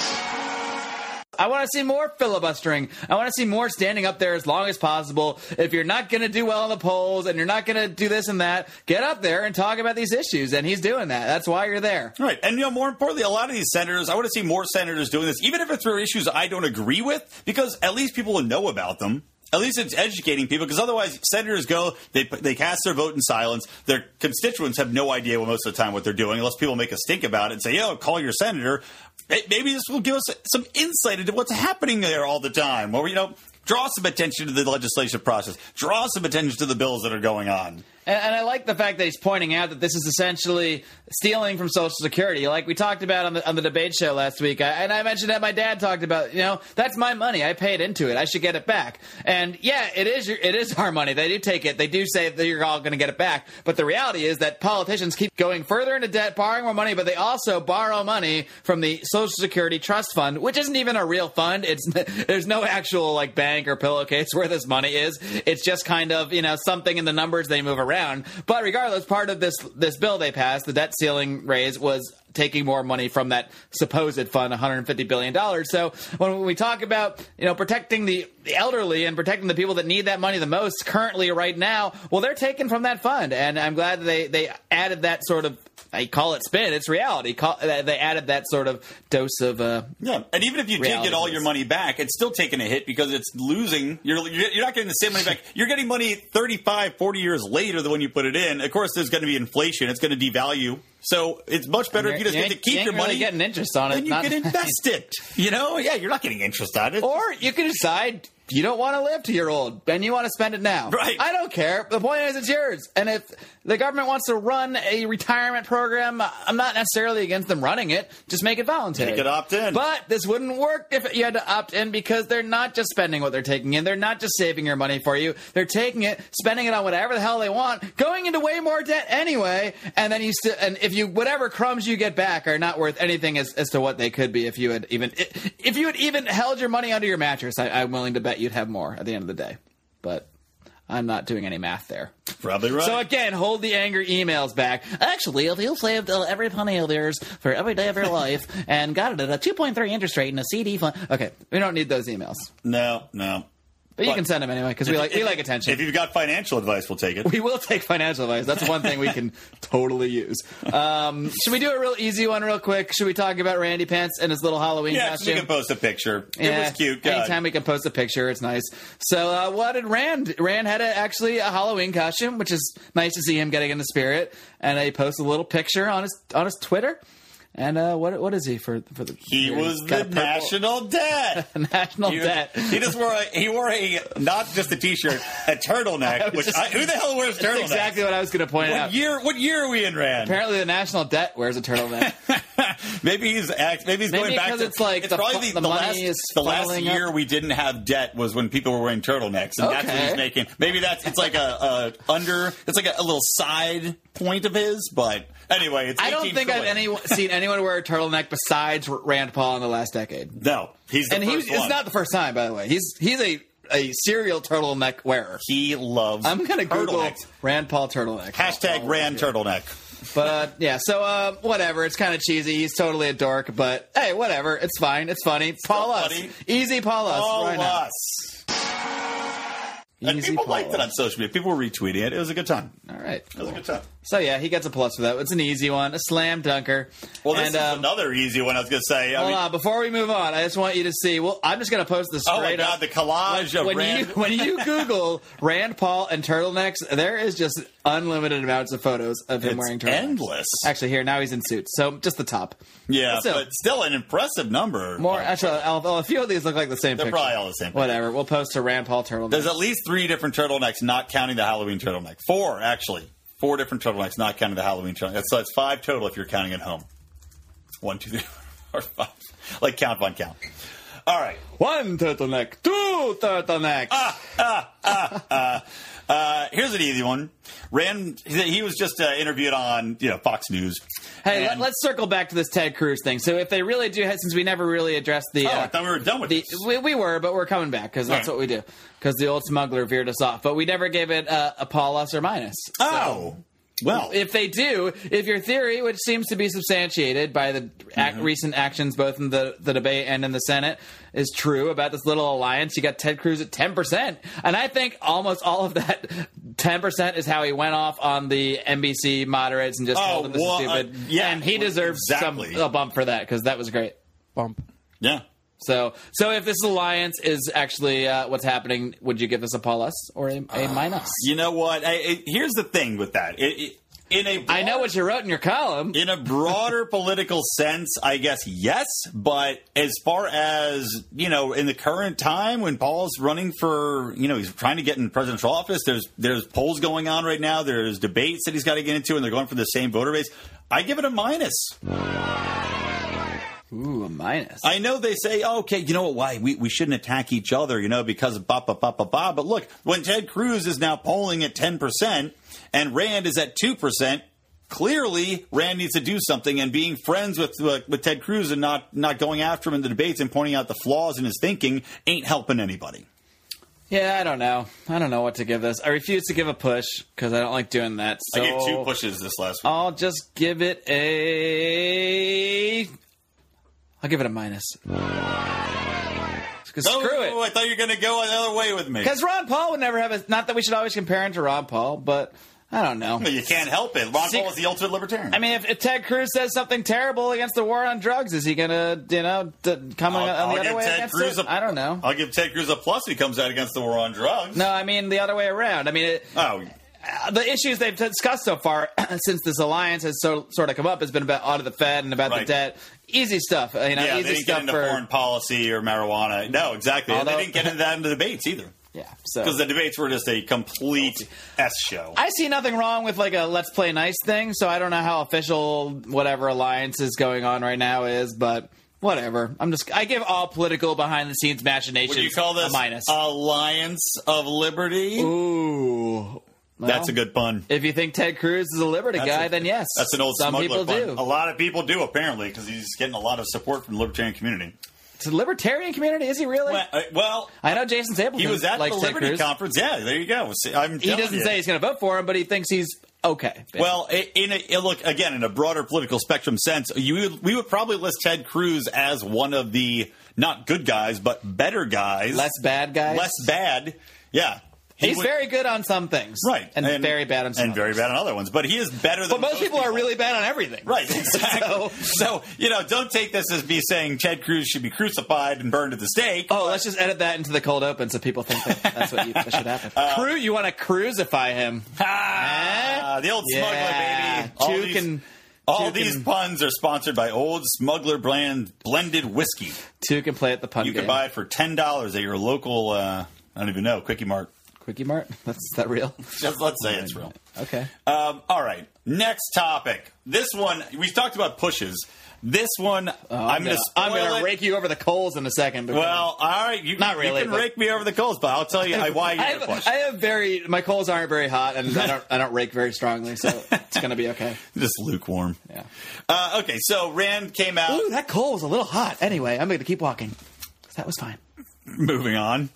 S3: I want to see more filibustering. I want to see more standing up there as long as possible. If you're not going to do well in the polls and you're not going to do this and that, get up there and talk about these issues. And he's doing that. That's why you're there.
S4: Right. And, you know, more importantly, a lot of these senators, I want to see more senators doing this, even if it's for issues I don't agree with, because at least people will know about them. At least it's educating people, because otherwise senators go, they, they cast their vote in silence. Their constituents have no idea well, most of the time what they're doing, unless people make a stink about it and say, yo, call your senator. May- Maybe this will give us some insight into what's happening there all the time. Or, you know, draw some attention to the legislative process. Draw some attention to the bills that are going on.
S3: And, and I like the fact that he's pointing out that this is essentially stealing from Social Security, like we talked about on the on the debate show last week. I, and I mentioned that my dad talked about, you know, that's my money. I paid into it. I should get it back. And yeah, it is your, it is our money. They do take it. They do say that you're all going to get it back. But the reality is that politicians keep going further into debt, borrowing more money, but they also borrow money from the Social Security Trust Fund, which isn't even a real fund. It's (laughs) there's no actual like bank or pillowcase where this money is. It's just kind of you know something in the numbers they move around. But regardless, part of this this bill they passed, the debt ceiling raise, was taking more money from that supposed fund, 150 billion dollars. So when we talk about you know protecting the the elderly and protecting the people that need that money the most currently right now, well, they're taken from that fund, and I'm glad that they they added that sort of. I call it spin. It's reality. Call, they added that sort of dose of uh,
S4: Yeah, and even if you did
S3: Reality
S4: get all
S3: is-
S4: your money back, it's still taking a hit because it's losing. You're you're you're not getting the same money
S3: (laughs)
S4: back. You're getting money 35, 40 years later than when you put it in. Of course, there's going to be inflation. It's going to devalue. So it's much better if you just
S3: You
S4: get to
S3: ain't- you
S4: keep
S3: ain't
S4: your
S3: really
S4: money
S3: getting interest on it.
S4: and you
S3: not- (laughs)
S4: can invest it. You know, yeah, you're not getting interest on it.
S3: Or you can decide you don't want to live to your old and you want to spend it now.
S4: Right.
S3: I don't care. The point is, it's yours. And if the government wants to run a retirement program, I'm not necessarily against them running it. Just make it voluntary.
S4: Make it opt in.
S3: But this wouldn't work if you had to opt in because they're not just spending what they're taking in. They're not just saving your money for you. They're taking it, spending it on whatever the hell they want, going into way more debt anyway. And then you still, and if you, whatever crumbs you get back are not worth anything as, as to what they could be if you had even, if you had even held your money under your mattress, I, I'm willing to bet you'd have more at the end of the day. But I'm not doing any math there.
S4: Probably right.
S3: So again, hold the anger emails back. Actually, if you saved uh, every penny of yours for every day of your life and got it at a 2.3 interest rate in a CD fund, okay, we don't need those emails,
S4: no, no.
S3: but you
S4: But-
S3: can send them anyway because we like we like attention.
S4: If you've got financial advice, we'll take
S3: (laughs)
S4: it.
S3: we will take financial advice. That's one thing we can totally use. Um, should we do a real easy one, real quick? Should we talk about Randy Pants and his little Halloween
S4: yeah, 'cause we
S3: costume?
S4: can post a picture. It was cute. God.
S3: Eh, Anytime we can post a picture, it's nice. So, uh, what did Rand? Rand had a, actually a Halloween costume, which is nice to see him getting in the spirit. And he posted a little picture on his on his Twitter. And uh, what what is he for? For the
S4: he was
S3: got a
S4: the
S3: purple- (laughs)
S4: national debt.
S3: national
S4: He,
S3: debt.
S4: he just wore a, he wore a not just a t-shirt, a turtleneck.
S3: was
S4: Which
S3: just-
S4: I, who the hell
S3: (laughs)
S4: wears
S3: That's
S4: turtlenecks?
S3: exactly what I was going to point
S4: What
S3: out.
S4: year? What year are we in, Rand?
S3: Apparently, the national debt wears a turtleneck.
S4: (laughs) Maybe he's act, maybe he's
S3: Maybe
S4: going back
S3: because
S4: to
S3: it's like the
S4: probably
S3: fu- the money
S4: last
S3: is
S4: the last
S3: funneling up.
S4: year we didn't have debt was when people were wearing turtlenecks and that's what
S3: Okay.
S4: he's making. Maybe that's it's like a, a under it's like a, a little side point of his, but anyway, it's
S3: I don't think I've
S4: 18 trillion.
S3: any, seen anyone wear a turtleneck besides Rand Paul in the last decade.
S4: No, he's the
S3: and he
S4: first
S3: it's
S4: one.
S3: not the first time, by the way. He's he's a a serial turtleneck wearer.
S4: he loves.
S3: I'm gonna Google Oh,
S4: turtlenecks.
S3: Rand Paul turtleneck.
S4: hashtag Rand turtleneck.
S3: But uh, yeah, so uh, whatever. It's kind of cheesy. He's totally a dork, but hey, whatever. It's fine. It's funny. Paul us,
S4: funny.
S3: easy Paul us.
S4: All
S3: Why not?
S4: us. And
S3: Easy
S4: people
S3: Paul
S4: liked it on social media. People were retweeting it. It was a good time.
S3: All right.
S4: It was a good time.
S3: So yeah, he gets a plus for that. It's an easy one, a slam dunker.
S4: Well, this
S3: and,
S4: is
S3: um,
S4: another easy one. I was gonna say. I
S3: Hold
S4: mean,
S3: on, before we move on, I just want you to see. Well, I'm just going to post this
S4: oh my
S3: straight
S4: god,
S3: up.
S4: the collage of
S3: when
S4: Rand.
S3: you (laughs) when you Google Rand Paul and turtlenecks, there is just unlimited amounts of photos of him
S4: It's
S3: wearing turtlenecks.
S4: endless.
S3: Actually, here now he's in suits, so just the top.
S4: Yeah,
S3: So-
S4: but still an impressive number.
S3: More actually, I'll, I'll- a few of these look like the same.
S4: They're
S3: picture.
S4: probably all the same.
S3: Whatever. We'll post a Rand Paul turtleneck.
S4: There's at least three different turtlenecks, not counting the Halloween turtleneck. Four, actually. Four different turtlenecks, not counting the Halloween turtleneck. So that's five total if you're counting at home. One, two, three, (laughs) four, five. Like count on count. All right.
S3: One turtleneck, two turtlenecks.
S4: Ah, (laughs) Uh, here's an easy one. Rand, he was just uh, interviewed on you know Fox News.
S3: hey, let,
S4: And-
S3: us circle back to this Ted Cruz thing. So if they really do, since we never really addressed the.
S4: Oh, I
S3: uh,
S4: thought we were done with
S3: the,
S4: this.
S3: we, we were, but we're coming back because that's
S4: All
S3: what
S4: right.
S3: we do. Because the old smuggler veered us off, but we never gave it uh, a Paul or minus.
S4: oh. Well,
S3: if they do, if your theory, which seems to be substantiated by the
S4: Mm-hmm.
S3: ac- recent actions both in the, the debate and in the Senate, is true about this little alliance, you got Ted Cruz at 10%. And I think almost all of that 10% is how he went off on the NBC moderates and just
S4: Oh,
S3: told them this
S4: well,
S3: is stupid.
S4: uh, yeah,
S3: and he
S4: well,
S3: deserves
S4: exactly.
S3: some, a bump for that because that was great.
S1: Bump.
S4: yeah.
S3: So, so if this alliance is actually uh, what's happening, would you give this a plus or a,
S4: Uh,
S3: a minus?
S4: You know what? I, I- here's the thing with that. It, it, in a
S3: I know what you wrote in your column.
S4: in a broader political sense, I guess yes, but as far as you know, in the current time when Paul's running for, you know, he's trying to get in presidential office. There's there's polls going on right now. There's debates that he's got to get into, and they're going for the same voter base. I give it a minus.
S3: Ooh, a minus.
S4: I know they say, oh, okay, you know what? Why we, we shouldn't attack each other, you know, because of ba ba ba ba ba. But look, when Ted Cruz is now polling at ten percent and Rand is at two percent, clearly Rand needs to do something. And being friends with uh, with Ted Cruz and not not going after him in the debates and pointing out the flaws in his thinking ain't helping anybody.
S3: Yeah, I don't know. I don't know what to give this. I refuse to give a push because I don't like doing that. So
S4: pushes this last week.
S3: I'll just give it a. I'll give it a minus. 'Cause screw
S4: oh,
S3: it.
S4: I thought you were going to go the other way with me.
S3: Because Ron Paul would never have a. Not that we should always compare him to Ron Paul, but I don't
S4: (laughs)
S3: know.
S4: You can't help it. Ron
S3: See-
S4: Paul is the ultimate libertarian.
S3: I mean, if, if Ted Cruz says something terrible against the war on drugs, is he gonna, you know, d- come on, on the other way against it? I I don't know.
S4: I'll give Ted Cruz a plus if he comes out against the war on drugs.
S3: no, I mean the other way around. I mean, it,
S4: Oh,
S3: the issues they've discussed so far (clears throat) since this alliance has so sort of come up has been about out of the Fed and about the
S4: Right.
S3: debt. Easy stuff, uh, you know.
S4: yeah, they
S3: easy
S4: didn't get
S3: stuff
S4: into
S3: for
S4: foreign policy or marijuana. No, exactly. And
S3: Although-
S4: they didn't get into that in the debates either.
S3: yeah. So
S4: Because the debates were just a complete S show.
S3: I see nothing wrong with like a let's play nice thing. So I don't know how official whatever alliance is going on right now is, but whatever. I'm just I give all political behind the scenes machinations
S4: Would you call
S3: a
S4: this Uh,
S3: minus.
S4: Alliance of Liberty?
S3: Ooh,
S4: That's
S3: Well,
S4: a good pun.
S3: If you think Ted Cruz is a liberty
S4: That's
S3: guy,
S4: a-
S3: then yes,
S4: That's an old
S3: Some
S4: smuggler Oh.
S3: people
S4: pun.
S3: do.
S4: A lot of people do, apparently, because he's getting a lot of support from the libertarian community.
S3: to the libertarian community? Is he really?
S4: Well, I- well,
S3: I know Jason Stapleton.
S4: he was at the
S3: likes Ted
S4: Liberty
S3: Cruz.
S4: Conference. Yeah, there you go. See, I'm
S3: He
S4: telling
S3: doesn't
S4: you.
S3: say he's going to vote for him, but he thinks he's okay.
S4: Well, i- in a, in- look again in a broader political spectrum sense, you would- we would probably list Ted Cruz as one of the not good guys, but better guys,
S3: less bad guys.
S4: less bad. Yeah, He
S3: He's
S4: would-
S3: very good on some things,
S4: right
S3: And, very bad on some.
S4: and very
S3: others.
S4: bad on other ones. But he is better
S3: But
S4: than
S3: most people are really bad on everything,
S4: Right, exactly.
S3: So-
S4: so, you know, don't take this as me saying Ted Cruz should be crucified and burned at the stake.
S3: Oh, let's just edit that into the cold open so people think that that's what you, that should
S4: (laughs)
S3: happen.
S4: Uh,
S3: Cru- you want to crucify him?
S4: Ah, the old
S3: yeah,
S4: smuggler
S3: Two
S4: baby. All these,
S3: can
S4: all
S3: two
S4: these
S3: can-
S4: puns are sponsored by Old Smuggler Brand blended whiskey.
S3: two can play at the pun
S4: You
S3: game.
S4: can buy it for ten dollars at your local. Uh, I don't even know
S3: (laughs)
S4: Quickie Mart.
S3: Quickie Mart. That's is that
S4: (laughs)
S3: real.
S4: Just let's say it's real.
S3: Okay.
S4: Um, all right, next topic. This one we talked about pushes. This one I'm going to
S3: Oh, I'm
S4: spoil
S3: gonna
S4: it.
S3: rake you over the coals in a second. because-
S4: well, all right, you,
S3: Not really,
S4: You can
S3: but-
S4: rake me over the coals, but I'll tell you why
S3: (laughs) I
S4: you're a push.
S3: have, I have very my coals aren't very hot, and I don't I don't rake very strongly,
S4: (laughs)
S3: so it's gonna be okay.
S4: Just lukewarm.
S3: Yeah.
S4: Uh, okay, so Rand came out.
S3: Ooh, that coal was a little hot. Anyway, I'm gonna keep walking. That was fine.
S4: (laughs) Moving on.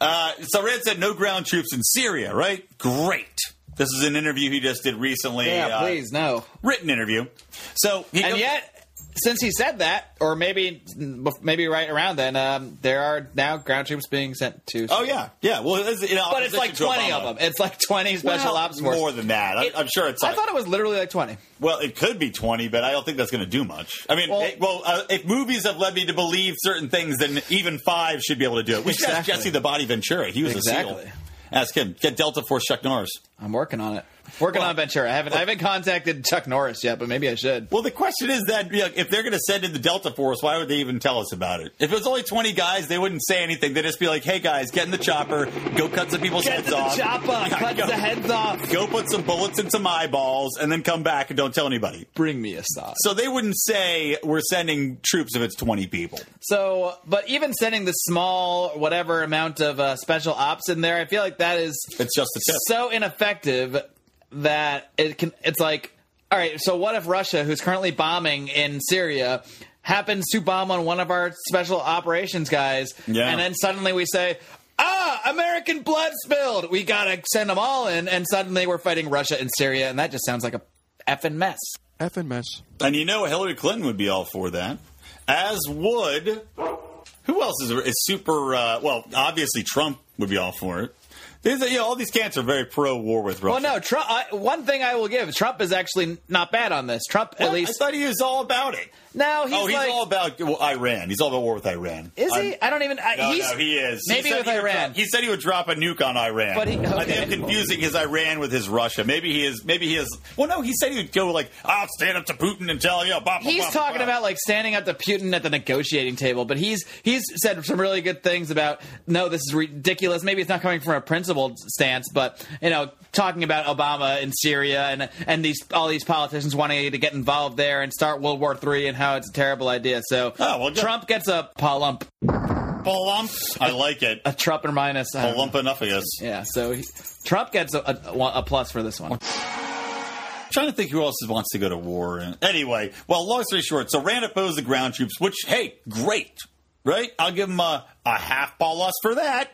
S4: Uh, so Rand said no ground troops in Syria, right? Great. This is an interview he just did recently.
S3: Yeah,
S4: uh,
S3: please no.
S4: Written interview. So he
S3: And
S4: goes-
S3: yet, since he said that, or maybe maybe right around then, um, there are now ground troops being sent to.
S4: Oh yeah, yeah. Well, it's, you know,
S3: but it's like twenty of them. It's like twenty special ops force.
S4: More than that, I,
S3: It-
S4: I'm sure it's.
S3: I
S4: like-
S3: thought it was literally like twenty.
S4: well, it could be 20, but I don't think that's going to do much. I mean,
S3: Well-
S4: it- well, uh, if movies have led me to believe certain things, then even five should be able to do it. We should ask
S3: Exactly.
S4: Jesse the Body Ventura. He was a
S3: Exactly.
S4: seal. Ask him. Get Delta Force Chuck Norris.
S3: I'm working on it. Working
S4: Well-
S3: on Ventura. I haven't I haven't contacted Chuck Norris yet, but maybe I should.
S4: Well, the question is that you know, if they're going to send in the Delta Force, why would they even tell us about it? If it was only 20 guys, they wouldn't say anything. They'd just be like, "Hey guys, get in the chopper, go cut some people's
S3: Get
S4: heads
S3: to the
S4: off,
S3: chopper, (laughs)
S4: Yeah,
S3: cut
S4: go-
S3: the heads off.
S4: go put some bullets in some eyeballs, and then come back and don't tell anybody."
S3: Bring me a sauce.
S4: So they wouldn't say we're sending troops if it's 20 people.
S3: So, but even sending the small whatever amount of uh, special ops in there, I feel like that is
S4: It's just a tip.
S3: so ineffective that it can. It's like, all right, so what if Russia, who's currently bombing in Syria, happens to bomb on one of our special operations guys,
S4: Yeah.
S3: and then suddenly we say. Ah, American blood spilled. We gotta send them all in, and suddenly we're fighting Russia and Syria, and that just sounds like a effing mess.
S1: F and mess.
S4: and you know Hillary Clinton would be all for that, as would who else is, is super? Uh, well, obviously Trump would be all for it. These, are- you know, all these cats are very pro-war with Russia.
S3: Well, Oh, no, Trump. I, one thing I will give Trump is actually not bad on this. Trump, at
S4: What?
S3: least,
S4: I thought he was all about it.
S3: No, he's,
S4: oh, he's
S3: like,
S4: all about well, Iran. He's all about war with Iran.
S3: is
S4: I'm-
S3: he? I don't even. I,
S4: No,
S3: he's,
S4: no, he is. He
S3: Maybe
S4: said
S3: with
S4: he would
S3: Iran.
S4: drop- he said he would drop a nuke on Iran.
S3: But he-
S4: I
S3: okay.
S4: think I'm confusing his Iran with his Russia. Maybe he is. Maybe he is. Well, no, he said he would go like, I'll stand up to Putin and tell you. Blah, blah,
S3: he's
S4: blah, blah,
S3: talking
S4: blah."
S3: about like standing up to Putin at the negotiating table, but he's he's said some really good things about no, this is ridiculous. Maybe it's not coming from a principled stance, but you know, talking about Obama and Syria and and these all these politicians wanting to get involved there and start World War Three and how it's a terrible idea. So
S4: Oh, well, just-
S3: Trump gets a palump,
S4: Blump. I like it.
S3: a Trump and minus. I don't know.
S4: Blump enough of us.
S3: Yeah, so he, Trump gets a, a, a plus for this one.
S4: I'm trying to think who else wants to go to war. And- Anyway, well, long story short, so Rand opposed the ground troops, which, hey, great, right? I'll give him a, a half ball for that.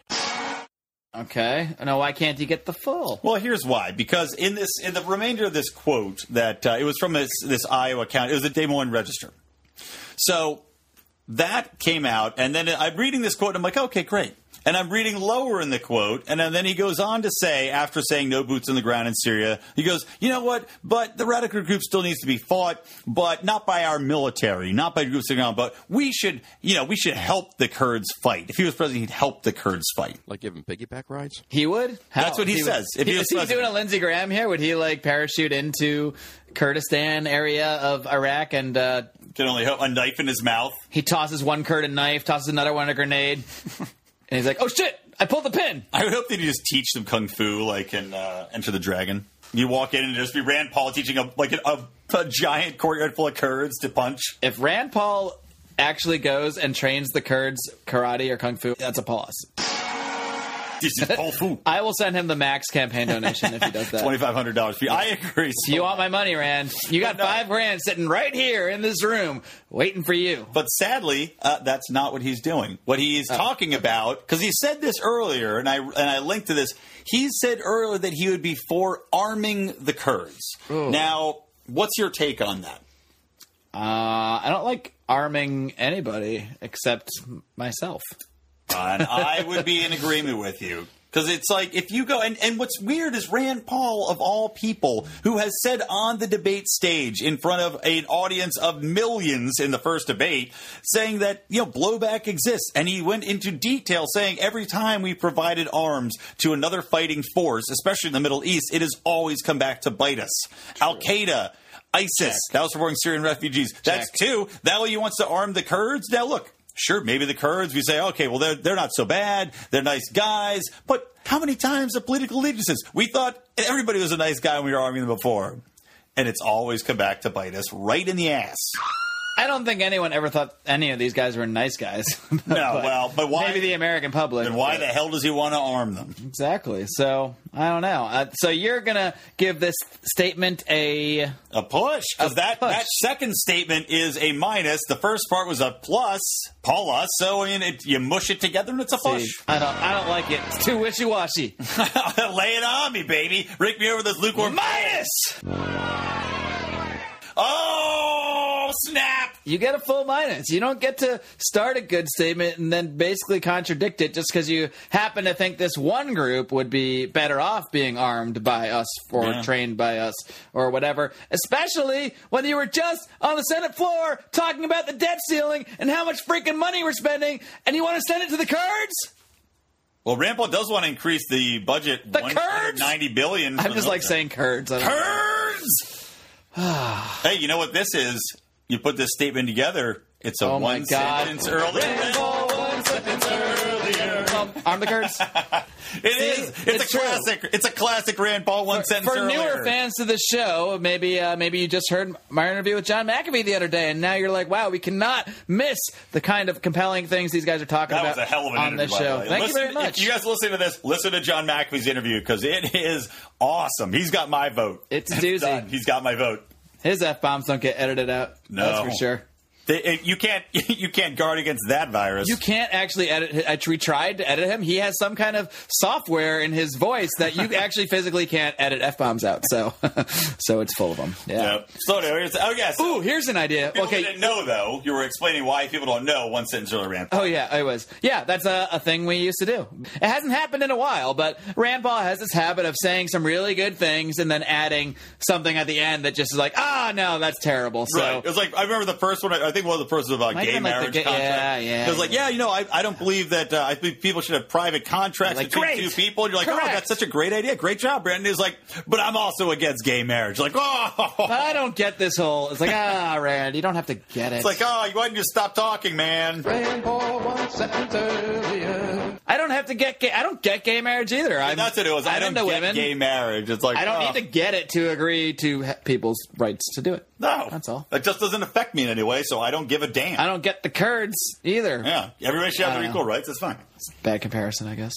S3: Okay, no, why can't he get the full?
S4: Well, here's why. Because in this, in the remainder of this quote, that uh, it was from this, this Iowa county, it was the Des Moines Register. So that came out, and then I'm reading this quote, and I'm like, okay, great. And I'm reading lower in the quote, and then he goes on to say, after saying no boots on the ground in Syria, he goes, you know what? But the radical group still needs to be fought, but not by our military, not by groups on the ground, but we should, you know, we should help the Kurds fight. If he was president, he'd help the Kurds fight.
S1: Like giving piggyback rides.
S3: He would. How?
S4: That's what he
S3: would-
S4: says. If he
S3: he-
S4: was
S3: is he doing
S4: president.
S3: a Lindsey Graham here? Would he like parachute into Kurdistan area of Iraq and uh,
S4: Can only hope a knife in his mouth.
S3: he tosses one Kurd a knife, tosses another one a grenade,
S4: (laughs)
S3: and he's like, "Oh shit, I pulled the pin."
S4: I would hope that you just teach some kung fu, like in uh, Enter the Dragon. You walk in and just be Rand Paul teaching a like a, a giant courtyard full of Kurds to punch.
S3: If Rand Paul actually goes and trains the Kurds karate or kung fu, that's a pause.
S4: This is all food.
S3: (laughs) I will send him the Max campaign donation if he does
S4: (laughs)
S3: that.
S4: Twenty five hundred dollars. I agree. So
S3: You want my money, Rand? You got
S4: No.
S3: five grand sitting right here in this room, waiting for you.
S4: But sadly, uh, that's not what he's doing. What he
S3: Oh.
S4: is talking about, because he said this earlier, and I and I linked to this. He said earlier that he would be for arming the Kurds. Now, what's your take on that?
S3: Uh, I don't like arming anybody except myself.
S4: And I would be in agreement with you. Because it's like if you go and, and what's weird is Rand Paul of all people who has said on the debate stage in front of an audience of millions in the first debate saying that you know blowback exists and he went into detail saying every time we provided arms to another fighting force especially in the Middle East it has always come back to bite us Al Qaeda ISIS. That was for supporting Syrian refugees. That's
S3: Check.
S4: two. That way he wants to arm the Kurds. Now look, sure, maybe the Kurds. We say, okay, well they're they're not so bad. They're nice guys. But how many times the political allegiances? We thought everybody was a nice guy when we were arming them before, and it's always come back to bite us right in the ass.
S3: I don't think anyone ever thought any of these guys were nice guys. (laughs) no,
S4: well, but why-
S3: Maybe the American public.
S4: And why the hell does he want to arm them?
S3: Exactly. So I don't know. Uh, so you're gonna give this statement a
S4: A push because
S3: A
S4: that
S3: push.
S4: that second statement is a minus. The first part was a plus, Paula. So I mean, it, you mush it together and it's a push.
S3: I don't. I don't like it. It's too wishy washy.
S4: (laughs) Lay it on me, baby. Rake me over this lukewarm.
S3: Minus.
S4: Oh, snap!
S3: You get a full minus. You don't get to start a good statement and then basically contradict it just because you happen to think this one group would be better off being armed by us or
S4: Yeah.
S3: trained by us or whatever. Especially when you were just on the Senate floor talking about the debt ceiling and how much freaking money we're spending, and you want to send it to the Kurds.
S4: Well, Rand Paul does want to increase the budget.
S3: The
S4: ninety billion.
S3: I'm just like saying Kurds. I don't know. (sighs)
S4: Kurds. hey, you know what this is? You put this statement together. It's a
S3: Oh
S4: one
S3: my God.
S4: sentence earlier.
S3: Rainbow, one sentence earlier. Um, arm the Kurds.
S4: It is. It's,
S3: it's
S4: a
S3: true.
S4: classic. It's a classic Rand Paul one sentence
S3: For
S4: earlier.
S3: newer fans to the show, maybe uh, maybe you just heard my interview with John McAfee the other day, and now you're like, wow, we cannot miss the kind of compelling things these guys are talking
S4: That
S3: about
S4: was a hell of an
S3: on
S4: interview.
S3: this
S4: by the
S3: show.
S4: way.
S3: Thank
S4: listen,
S3: you very much.
S4: If you guys listen to this, listen to John McAfee's interview because it is awesome. He's got my vote.
S3: It's a doozy.
S4: done. He's got my vote.
S3: His f bombs don't get edited out.
S4: No.
S3: that's for sure.
S4: They- it- you can't (laughs) you can't guard against that virus.
S3: You can't actually edit. I we tried to edit him. He has some kind of software in his voice that
S4: (laughs)
S3: you actually physically can't edit f bombs out. So, (laughs) so it's full of them. Yeah.
S4: Yep. So anyway, here's- oh yes.
S3: Ooh, here's an idea.
S4: people
S3: okay,
S4: didn't know though. You were explaining why people don't know one sentence earlier. Rand Paul.
S3: Oh yeah, I was. Yeah, that's a, a thing we used to do. It hasn't happened in a while, but Rand Paul has this habit of saying some really good things and then adding something at the end that just is like, ah, no, that's terrible. So
S4: Right. It was like I remember the first one. I I think one of the first was about
S3: Might have
S4: gay
S3: been, like, the
S4: marriage
S3: gay- yeah,
S4: contract.
S3: yeah,
S4: It was like,
S3: yeah.
S4: yeah, you know, I, I don't believe that. Uh, I believe people should have private contracts
S3: Like,
S4: between
S3: great.
S4: two people. And you're like, oh,
S3: Correct.
S4: that's such a great idea. Great job, Brandon. He's like, but I'm also against gay marriage. Like, oh,
S3: but I don't get this whole. It's like,
S4: (laughs)
S3: ah, Rand, you don't have to get it.
S4: it's like, oh, why didn't you stop talking, man?
S1: Rainbow, one sentence earlier.
S3: I don't have to get gay. I don't get gay marriage either. I'm,
S4: That's what it was. I,
S3: I'm
S4: don't
S3: into
S4: get
S3: women.
S4: gay marriage. It's like
S3: I don't
S4: oh.
S3: need to get it to agree to ha- people's rights to do it.
S4: No,
S3: That's all.
S4: That just doesn't affect me in any way, so I don't give a damn.
S3: I don't Uh, get the Kurds either.
S4: yeah, everybody should have
S3: I
S4: their
S3: don't
S4: equal rights. It's fine.
S3: bad comparison, (laughs) I guess.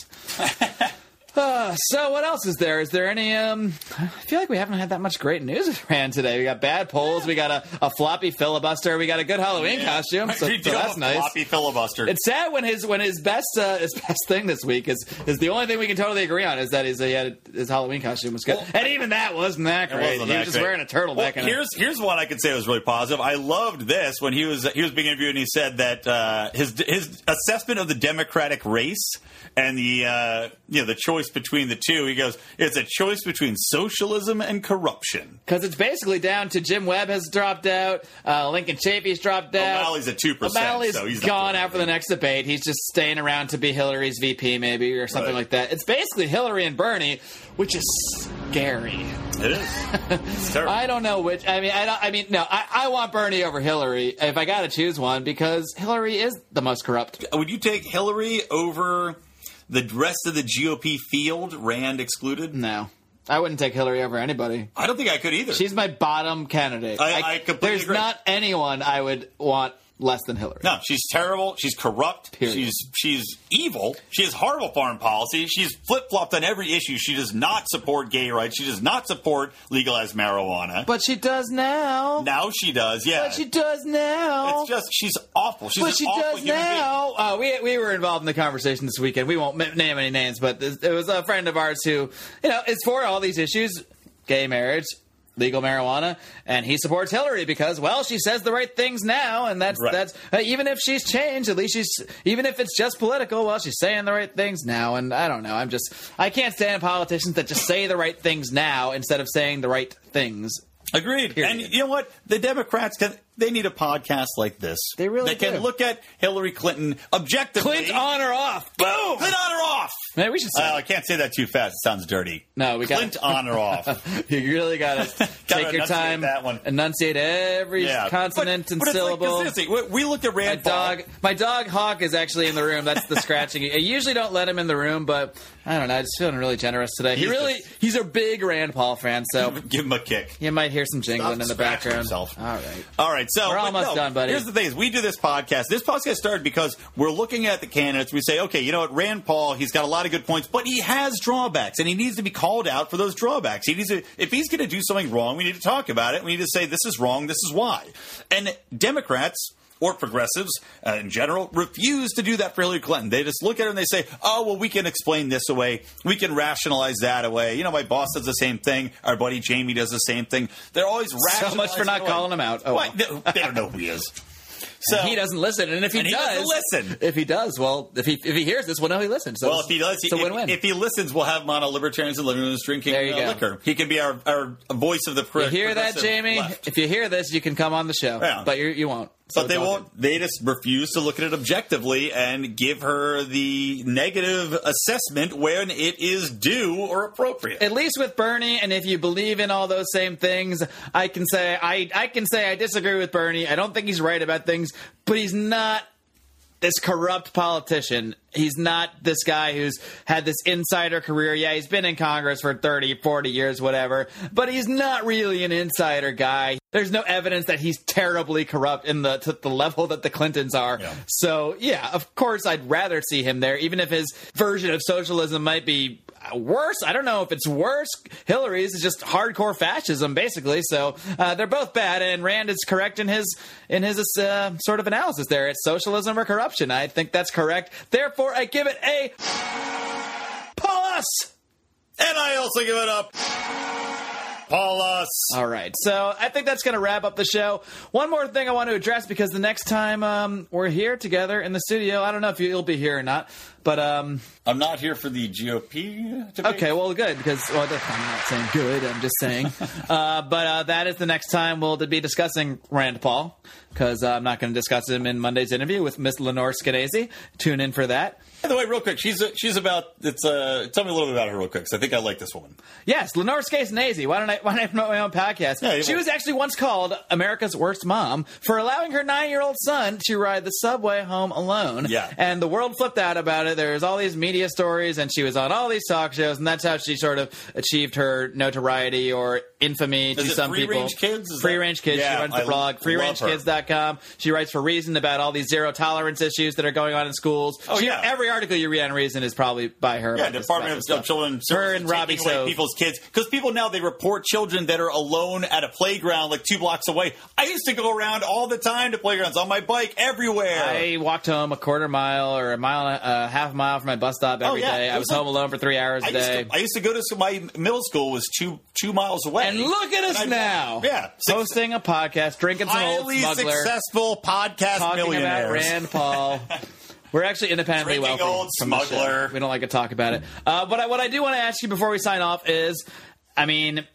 S3: Uh, so what else is there? Is there any? Um, I feel like we haven't had that much great news with Rand today. We got bad polls. We got a, a floppy filibuster. We got a good Halloween
S4: (laughs)
S3: costume. So,
S4: You
S3: so
S4: do have
S3: that's
S4: a
S3: nice.
S4: Floppy filibuster.
S3: It's sad when his when his best uh, his best thing this week is is the only thing we can totally agree on is that he's, uh, he had his Halloween costume was good,
S4: Well,
S3: and even that wasn't that
S4: It
S3: great.
S4: wasn't
S3: he
S4: that
S3: was just
S4: great.
S3: wearing a turtleneck.
S4: Well,
S3: and a-
S4: here's here's one I could say was really positive. I loved this when he was he was being interviewed and he said that uh, his his assessment of the Democratic race and the uh, you know the choice between the two. He goes, it's a choice between socialism and corruption.
S3: Because it's basically down to Jim Webb has dropped out, uh, Lincoln Chafee's dropped
S4: Oh,
S3: out.
S4: O'Malley's at 2%,
S3: O'Malley's
S4: so he's not
S3: gone
S4: doing
S3: after the next debate. He's just staying around to be Hillary's VP, maybe, or something
S4: Right.
S3: like that. It's basically Hillary and Bernie, which is scary.
S4: It
S3: (laughs)
S4: is. It's terrible.
S3: I don't know which. I mean, I, don't, I mean, no, I, I want Bernie over Hillary if I got to choose one because Hillary is the most corrupt.
S4: Would you take Hillary over the rest of the GOP field, Rand excluded?
S3: No, I wouldn't take Hillary over anybody.
S4: I don't think I could either.
S3: She's my bottom candidate.
S4: I- I completely
S3: there's
S4: agree.
S3: not anyone I would want less than Hillary.
S4: No, she's terrible. She's corrupt.
S3: Period.
S4: She's she's evil. She has horrible foreign policy. She's flip flopped on every issue. She does not support gay rights. She does not support legalized marijuana.
S3: But she does now.
S4: now she does. Yeah,
S3: But she does now.
S4: it's just she's awful. She's
S3: but
S4: an
S3: she
S4: awful
S3: does
S4: human being.
S3: now. Uh, we we were involved in the conversation this weekend. We won't m- name any names, but this, it was a friend of ours who, you know, is for all these issues, gay marriage, legal marijuana, and he supports Hillary because, well, she says the right things now, and that's
S4: Right.
S3: that's uh, even if she's changed, at least she's even if it's just political, well, she's saying the right things now, and I don't know. I'm just I can't stand politicians that just say the right things now instead of saying the right things.
S4: Agreed. And
S3: Period.
S4: you know what? The Democrats can. They need a podcast like this.
S3: They really
S4: They
S3: do.
S4: can look at Hillary Clinton objectively.
S3: Clint on or off?
S4: Boom. Clint on or off.
S3: Maybe we should say.
S4: Uh, I can't say that too fast. It sounds dirty.
S3: No, we got-
S4: Clint on
S3: (laughs)
S4: or off.
S3: You really
S4: (laughs)
S3: gotta take your
S4: enunciate
S3: time,
S4: that one.
S3: enunciate every consonant
S4: But-
S3: and
S4: but it's like,
S3: syllable.
S4: seriously, we, we looked at
S3: my
S4: Rand Paul.
S3: dog, my dog Hawk is actually in the room.
S4: (laughs)
S3: That's the scratching. I usually don't let him in the room, but I don't know. I'm just feeling really generous today. He
S4: He's
S3: really,
S4: just-
S3: he's a big Rand Paul fan,
S4: (laughs)
S3: so
S4: Give him a kick.
S3: you might hear some jingling in the
S4: scratching
S3: background.
S4: himself.
S3: All right.
S4: All right, so
S3: We're
S4: but
S3: almost
S4: no,
S3: done, buddy.
S4: Here's the thing: is we do this podcast. This podcast started because we're looking at the candidates. We say, okay, you know what, Rand Paul, he's got a lot of good points, but he has drawbacks, and he needs to be called out for those drawbacks. He needs to, if he's going to do something wrong, we need to talk about it. We need to say this is wrong, this is why. And Democrats. Or progressives uh, in general refuse to do that for Hillary Clinton. They just look at her and they say, "Oh, well, we can explain this away. We can rationalize that away." You know, my boss does the same thing. Our buddy Jamie does the same thing. They're always
S3: So much for
S4: rationalizing
S3: not
S4: away.
S3: calling him out. Oh,
S4: What?
S3: well.
S4: They- they don't know who he is. So
S3: (laughs) He doesn't listen, and if he
S4: And he
S3: does,
S4: doesn't listen.
S3: If he does, well, if he if he hears this, we'll know he listens. So
S4: Well, if
S3: it's-
S4: he does,
S3: it's a
S4: if-
S3: win-win.
S4: If, he listens, we'll have him on a libertarians and living rooms drinking
S3: There you
S4: uh,
S3: go.
S4: liquor. He can be our, our voice of the pro-
S3: you hear that,
S4: progressive
S3: Jamie?
S4: left.
S3: If you hear this, you can come on the show,
S4: Yeah.
S3: but you you won't. So
S4: But they
S3: it's all
S4: won't. They just refuse to look at it objectively and give her the negative assessment when it is due or appropriate.
S3: at least with Bernie, and if you believe in all those same things, I can say I I can say I disagree with Bernie. I don't think he's right about things, but he's not this corrupt politician. He's not this guy who's had this insider career. Yeah, he's been in Congress for 30, 40 years, whatever, but he's not really an insider guy. There's no evidence that he's terribly corrupt in the to the level that the Clintons are.
S4: Yeah.
S3: So, yeah, of course I'd rather see him there even if his version of socialism might be uh, worse. I don't know if it's worse. Hillary's is just hardcore fascism basically. So, uh, they're both bad and Rand is correct in his in his uh, sort of analysis there. It's socialism or corruption. I think that's correct. Therefore, I give it a plus.
S4: and I also give it up. Paulus.
S3: All right. So I think that's going to wrap up the show. One more thing I want to address because the next time um, we're here together in the studio, I don't know if you'll be here or not, but um,
S4: I'm not here for the GOP debate.
S3: Okay, well, good because well, I'm not saying good. I'm just saying. uh, but uh, that is the next time we'll be discussing Rand Paul because uh, I'm not going to discuss him in Monday's interview with Miss Lenore Scanese. Tune in for that.
S4: By the way, real quick, she's she's about. It's uh, tell me a little bit about her real quick. 'cause I think I like this woman.
S3: Yes, Lenore Scanese. Why don't I? Why don't I promote my own podcast?
S4: Yeah, you
S3: she
S4: will.
S3: was actually once called America's worst mom for allowing her nine-year-old son to ride the subway home alone.
S4: Yeah.
S3: and the world flipped out about it. There was all these media stories, and she was on all these talk shows, and that's how she sort of achieved her notoriety or infamy to
S4: it
S3: some
S4: Free
S3: people.
S4: Range Kids? Is
S3: free
S4: that-
S3: range kids. she
S4: Yeah,
S3: runs the
S4: I
S3: blog
S4: love her.
S3: freerangekids.com. She writes for Reason about all these zero tolerance issues that are going on in schools.
S4: Oh,
S3: She-
S4: yeah.
S3: Every article you read on Reason is probably by her.
S4: Yeah,
S3: about this-
S4: Department
S3: about
S4: of
S3: this stuff.
S4: Children.
S3: Her
S4: Services
S3: and Robbie
S4: taking away
S3: Sove.
S4: people's kids because people now they report children that are alone at a playground like two blocks away. I used to go around all the time to playgrounds on my bike everywhere.
S3: I walked home a quarter mile or a mile, and a half mile from my bus stop every day.
S4: Oh, yeah.
S3: I
S4: It
S3: was
S4: was
S3: home alone for three hours
S4: I
S3: a
S4: used,
S3: day.
S4: to, I used to go to school, my middle school was two two miles away.
S3: and look at us
S4: And I-
S3: now,
S4: Yeah, six-
S3: hosting a podcast, drinking some old
S4: highly
S3: smuggler,
S4: successful podcast
S3: talking
S4: millionaires.
S3: about Rand
S4: (laughs)
S3: Paul. We're actually independently
S4: Drinking
S3: wealthy.
S4: old
S3: from the show.
S4: smuggler.
S3: We don't like to talk about it. Uh, but I, what I do want to ask you before we sign off is, I mean,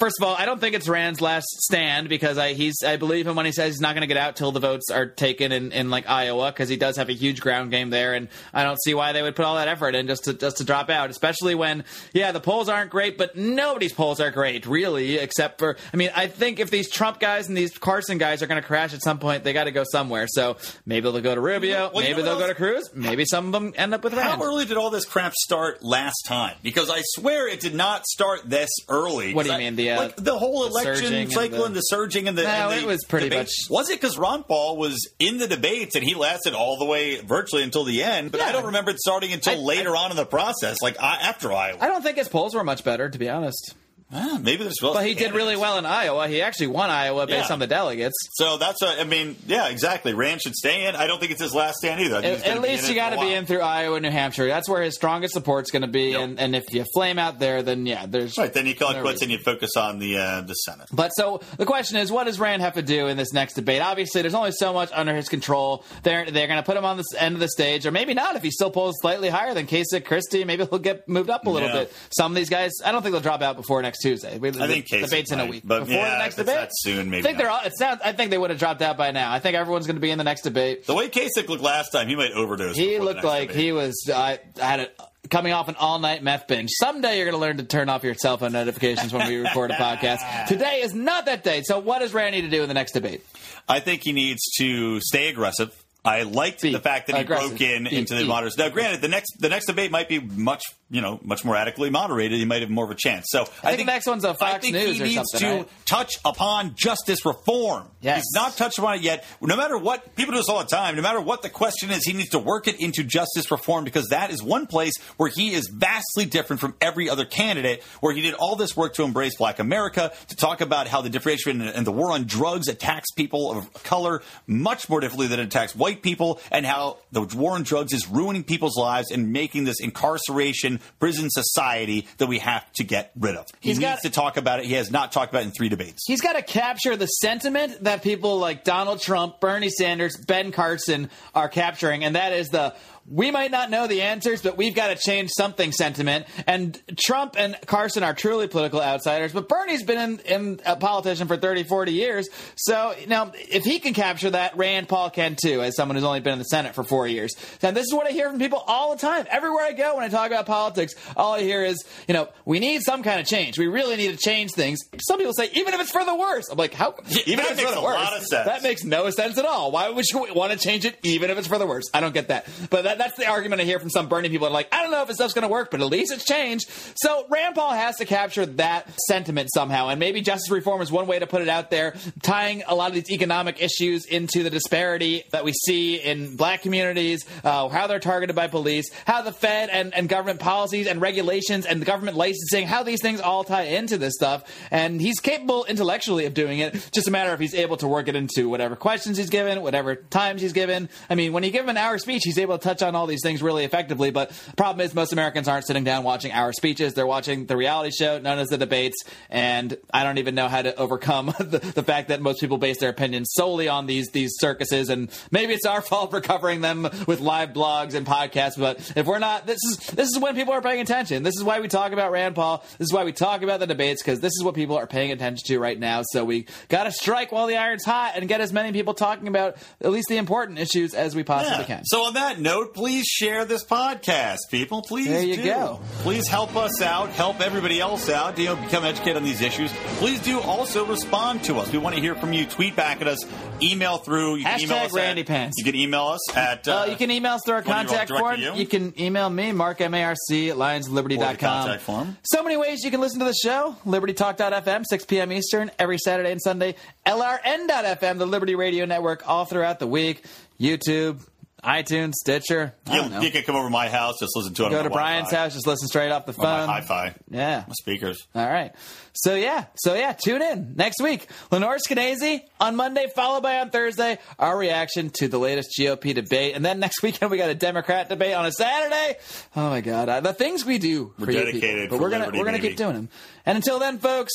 S3: first of all, I don't think it's Rand's last stand because I he's I believe him when he says he's not going to get out till the votes are taken in, in like Iowa because he does have a huge ground game there, and I don't see why they would put all that effort in just to just to drop out, especially when yeah the polls aren't great, but nobody's polls are great really, except for I mean I think if these Trump guys and these Carson guys are going to crash at some point, they got to go somewhere. So maybe they'll go to Rubio,
S4: Well, you
S3: maybe
S4: know
S3: they'll
S4: what
S3: go to
S4: else-
S3: Cruz, maybe some of them end up with Rand.
S4: How early did all this crap start last time? Because I swear it did not start this early.
S3: What do you
S4: I-
S3: mean, the the uh,
S4: like the whole
S3: the
S4: election
S3: surging and
S4: cycle
S3: the-
S4: and the, surging and the,
S3: No,
S4: and the
S3: it was pretty
S4: debate.
S3: much-
S4: was it because Ron Paul was in the debates and he lasted all the way virtually until the end, but I don't remember it starting until
S3: I-
S4: later on in the process, like I, after Iowa.
S3: I don't think his polls were much better, to be honest.
S4: Ah, maybe there's well,
S3: But he did really well in Iowa. He actually won Iowa based
S4: Yeah.
S3: on the delegates.
S4: So that's a, I mean, yeah, exactly. Rand should stay in. I don't think it's his last stand either. I think
S3: At,
S4: he's gonna
S3: at
S4: be
S3: least
S4: in
S3: you
S4: it for
S3: got
S4: a
S3: to be
S4: while.
S3: in through Iowa, New Hampshire. That's where his strongest support's going to be.
S4: Yep.
S3: And, and if you flame out there, then yeah, there's
S4: Right, then you call it
S3: no
S4: quits
S3: reason.
S4: and you focus on the uh, the Senate.
S3: But so the question is, what does Rand have to do in this next debate? Obviously, there's only so much under his control. They're they're going to put him on the s- end of the stage, or maybe not. If he still pulls slightly higher than Kasich, Christie, maybe he'll get moved up a little
S4: Yeah.
S3: bit. Some of these guys, I don't think they'll drop out before next Tuesday. We,
S4: I think
S3: the
S4: Kasich
S3: debates in a
S4: might,
S3: week
S4: but
S3: before
S4: yeah,
S3: the next
S4: if it's
S3: debate.
S4: that soon, maybe
S3: I think
S4: not.
S3: they're all. It sounds. I think they would have dropped out by now. I think everyone's going to be in the next debate.
S4: The way Kasich looked last time, he might overdose.
S3: He
S4: before the
S3: looked
S4: next
S3: like
S4: debate.
S3: he was I had a, coming off an all night meth binge. Someday you're going to learn to turn off your cell phone notifications when we record a podcast. Today is not that day. So what does Rand need to do in the next debate?
S4: I think he needs to stay aggressive. I liked
S3: Be
S4: the fact that he
S3: aggressive.
S4: broke in
S3: Be-
S4: into the
S3: be-
S4: moderators. Now, granted, the next the next debate might be much you know much more adequately moderated. He might have more of a chance. So I,
S3: think the next one's a
S4: I
S3: Fox
S4: think
S3: News
S4: he
S3: or
S4: needs
S3: something,
S4: to
S3: right?
S4: touch upon justice reform.
S3: Yes.
S4: he's not touched upon it yet. No matter what people do this all the time. No matter what the question is, he needs to work it into justice reform because that is one place where he is vastly different from every other candidate. Where he did all this work to embrace Black America, to talk about how the differentiation and the war on drugs attacks people of color much more differently than it attacks white people, and how the war on drugs is ruining people's lives and making this incarceration prison society that we have to get rid of. He
S3: He's
S4: needs
S3: got-
S4: to talk about it. He has not talked about it in three debates.
S3: He's got to capture the sentiment that people like Donald Trump, Bernie Sanders, Ben Carson are capturing, and that is the we might not know the answers, but we've got to change something sentiment. And Trump and Carson are truly political outsiders, but Bernie's been in, in a politician for 30, 40 years. So, you know, if he can capture that, Rand Paul can too, as someone who's only been in the Senate for four years. And this is what I hear from people all the time. Everywhere I go when I talk about politics, all I hear is, you know, we need some kind of change. We really need to change things. Some people say, even if it's for the worse. I'm like, how? Even
S4: (laughs)
S3: if
S4: that
S3: it's for
S4: makes
S3: the
S4: a
S3: worse.
S4: lot of sense.
S3: That makes no sense at all. Why would you want to change it even if it's for the worse? I don't get that. But that, that's the argument I hear from some Bernie people. They're like, I don't know if this stuff's going to work, but at least it's changed. So Rand Paul has to capture that sentiment somehow. And maybe justice reform is one way to put it out there, tying a lot of these economic issues into the disparity that we see in black communities, uh, how they're targeted by police, how the Fed and, and government policies and regulations and the government licensing, how these things all tie into this stuff. And he's capable intellectually of doing it. Just a matter of he's able to work it into whatever questions he's given, whatever times he's given. I mean, when you give him an hour speech, he's able to touch on all these things really effectively. But the problem is, most Americans aren't sitting down watching hour speeches. They're watching the reality show known as the debates. And I don't even know how to overcome (laughs) the, the fact that most people base their opinions solely on these these circuses. And maybe it's our fault for covering them with live blogs and podcasts. But if we're not, this is this is when people are paying attention. This is why we talk about Rand Paul. This is why we talk about the debates because this is what people are paying attention to right now. So we got to strike while the iron's hot and get as many people talking about at least the important issues as we possibly
S4: Yeah.
S3: can.
S4: So on that note, please share this podcast, people. Please
S3: There you
S4: do.
S3: go.
S4: Please help us out, help everybody else out, you know, become educated on these issues. Please do also respond to us. We want to hear from you. Tweet back at us, email through. You can
S3: Hashtag
S4: email us
S3: Randy
S4: at,
S3: Pants.
S4: You can email us at
S3: Uh, you can email us through our
S4: do you want
S3: contact
S4: direct
S3: form.
S4: to you?
S3: You? can email me, Mark, M-A-R-C, at
S4: Or the
S3: lionsofliberty.com.
S4: contact form.
S3: So many ways you can listen to the show. LibertyTalk.fm, 6 p.m. Eastern, every Saturday and Sunday. LRN.fm, the Liberty Radio Network, all throughout the week. YouTube, iTunes, Stitcher. I don't
S4: you,
S3: know.
S4: you can come over to my house, just listen to it.
S3: Go
S4: on
S3: to
S4: my
S3: Brian's
S4: Wi-Fi.
S3: house, just listen straight off the
S4: On
S3: phone.
S4: my hi-fi,
S3: Yeah.
S4: my speakers.
S3: All right. So yeah. So yeah. Tune in next week. Lenore Skenazy on Monday, followed by on Thursday our reaction to the latest GOP debate, and then next weekend we got a Democrat debate on a Saturday. Oh my God! Uh, the things we do. For
S4: We're
S3: you
S4: dedicated
S3: people. but
S4: for
S3: we're gonna
S4: liberty,
S3: we're gonna
S4: baby.
S3: keep doing them. And until then, folks,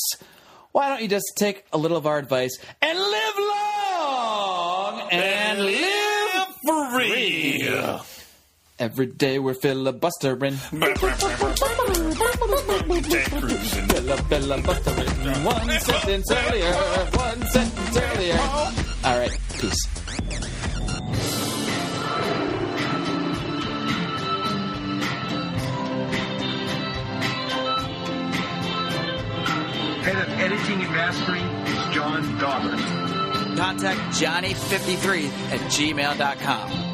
S3: why don't you just take a little of our advice and live long and live
S4: Free.
S3: every day. We're filibustering, Fili- filibustering. One sentence earlier. One sentence earlier. All right. Peace.
S5: Head of Editing and Mastering is John Daubert.
S3: contact johnny53 at gmail.com.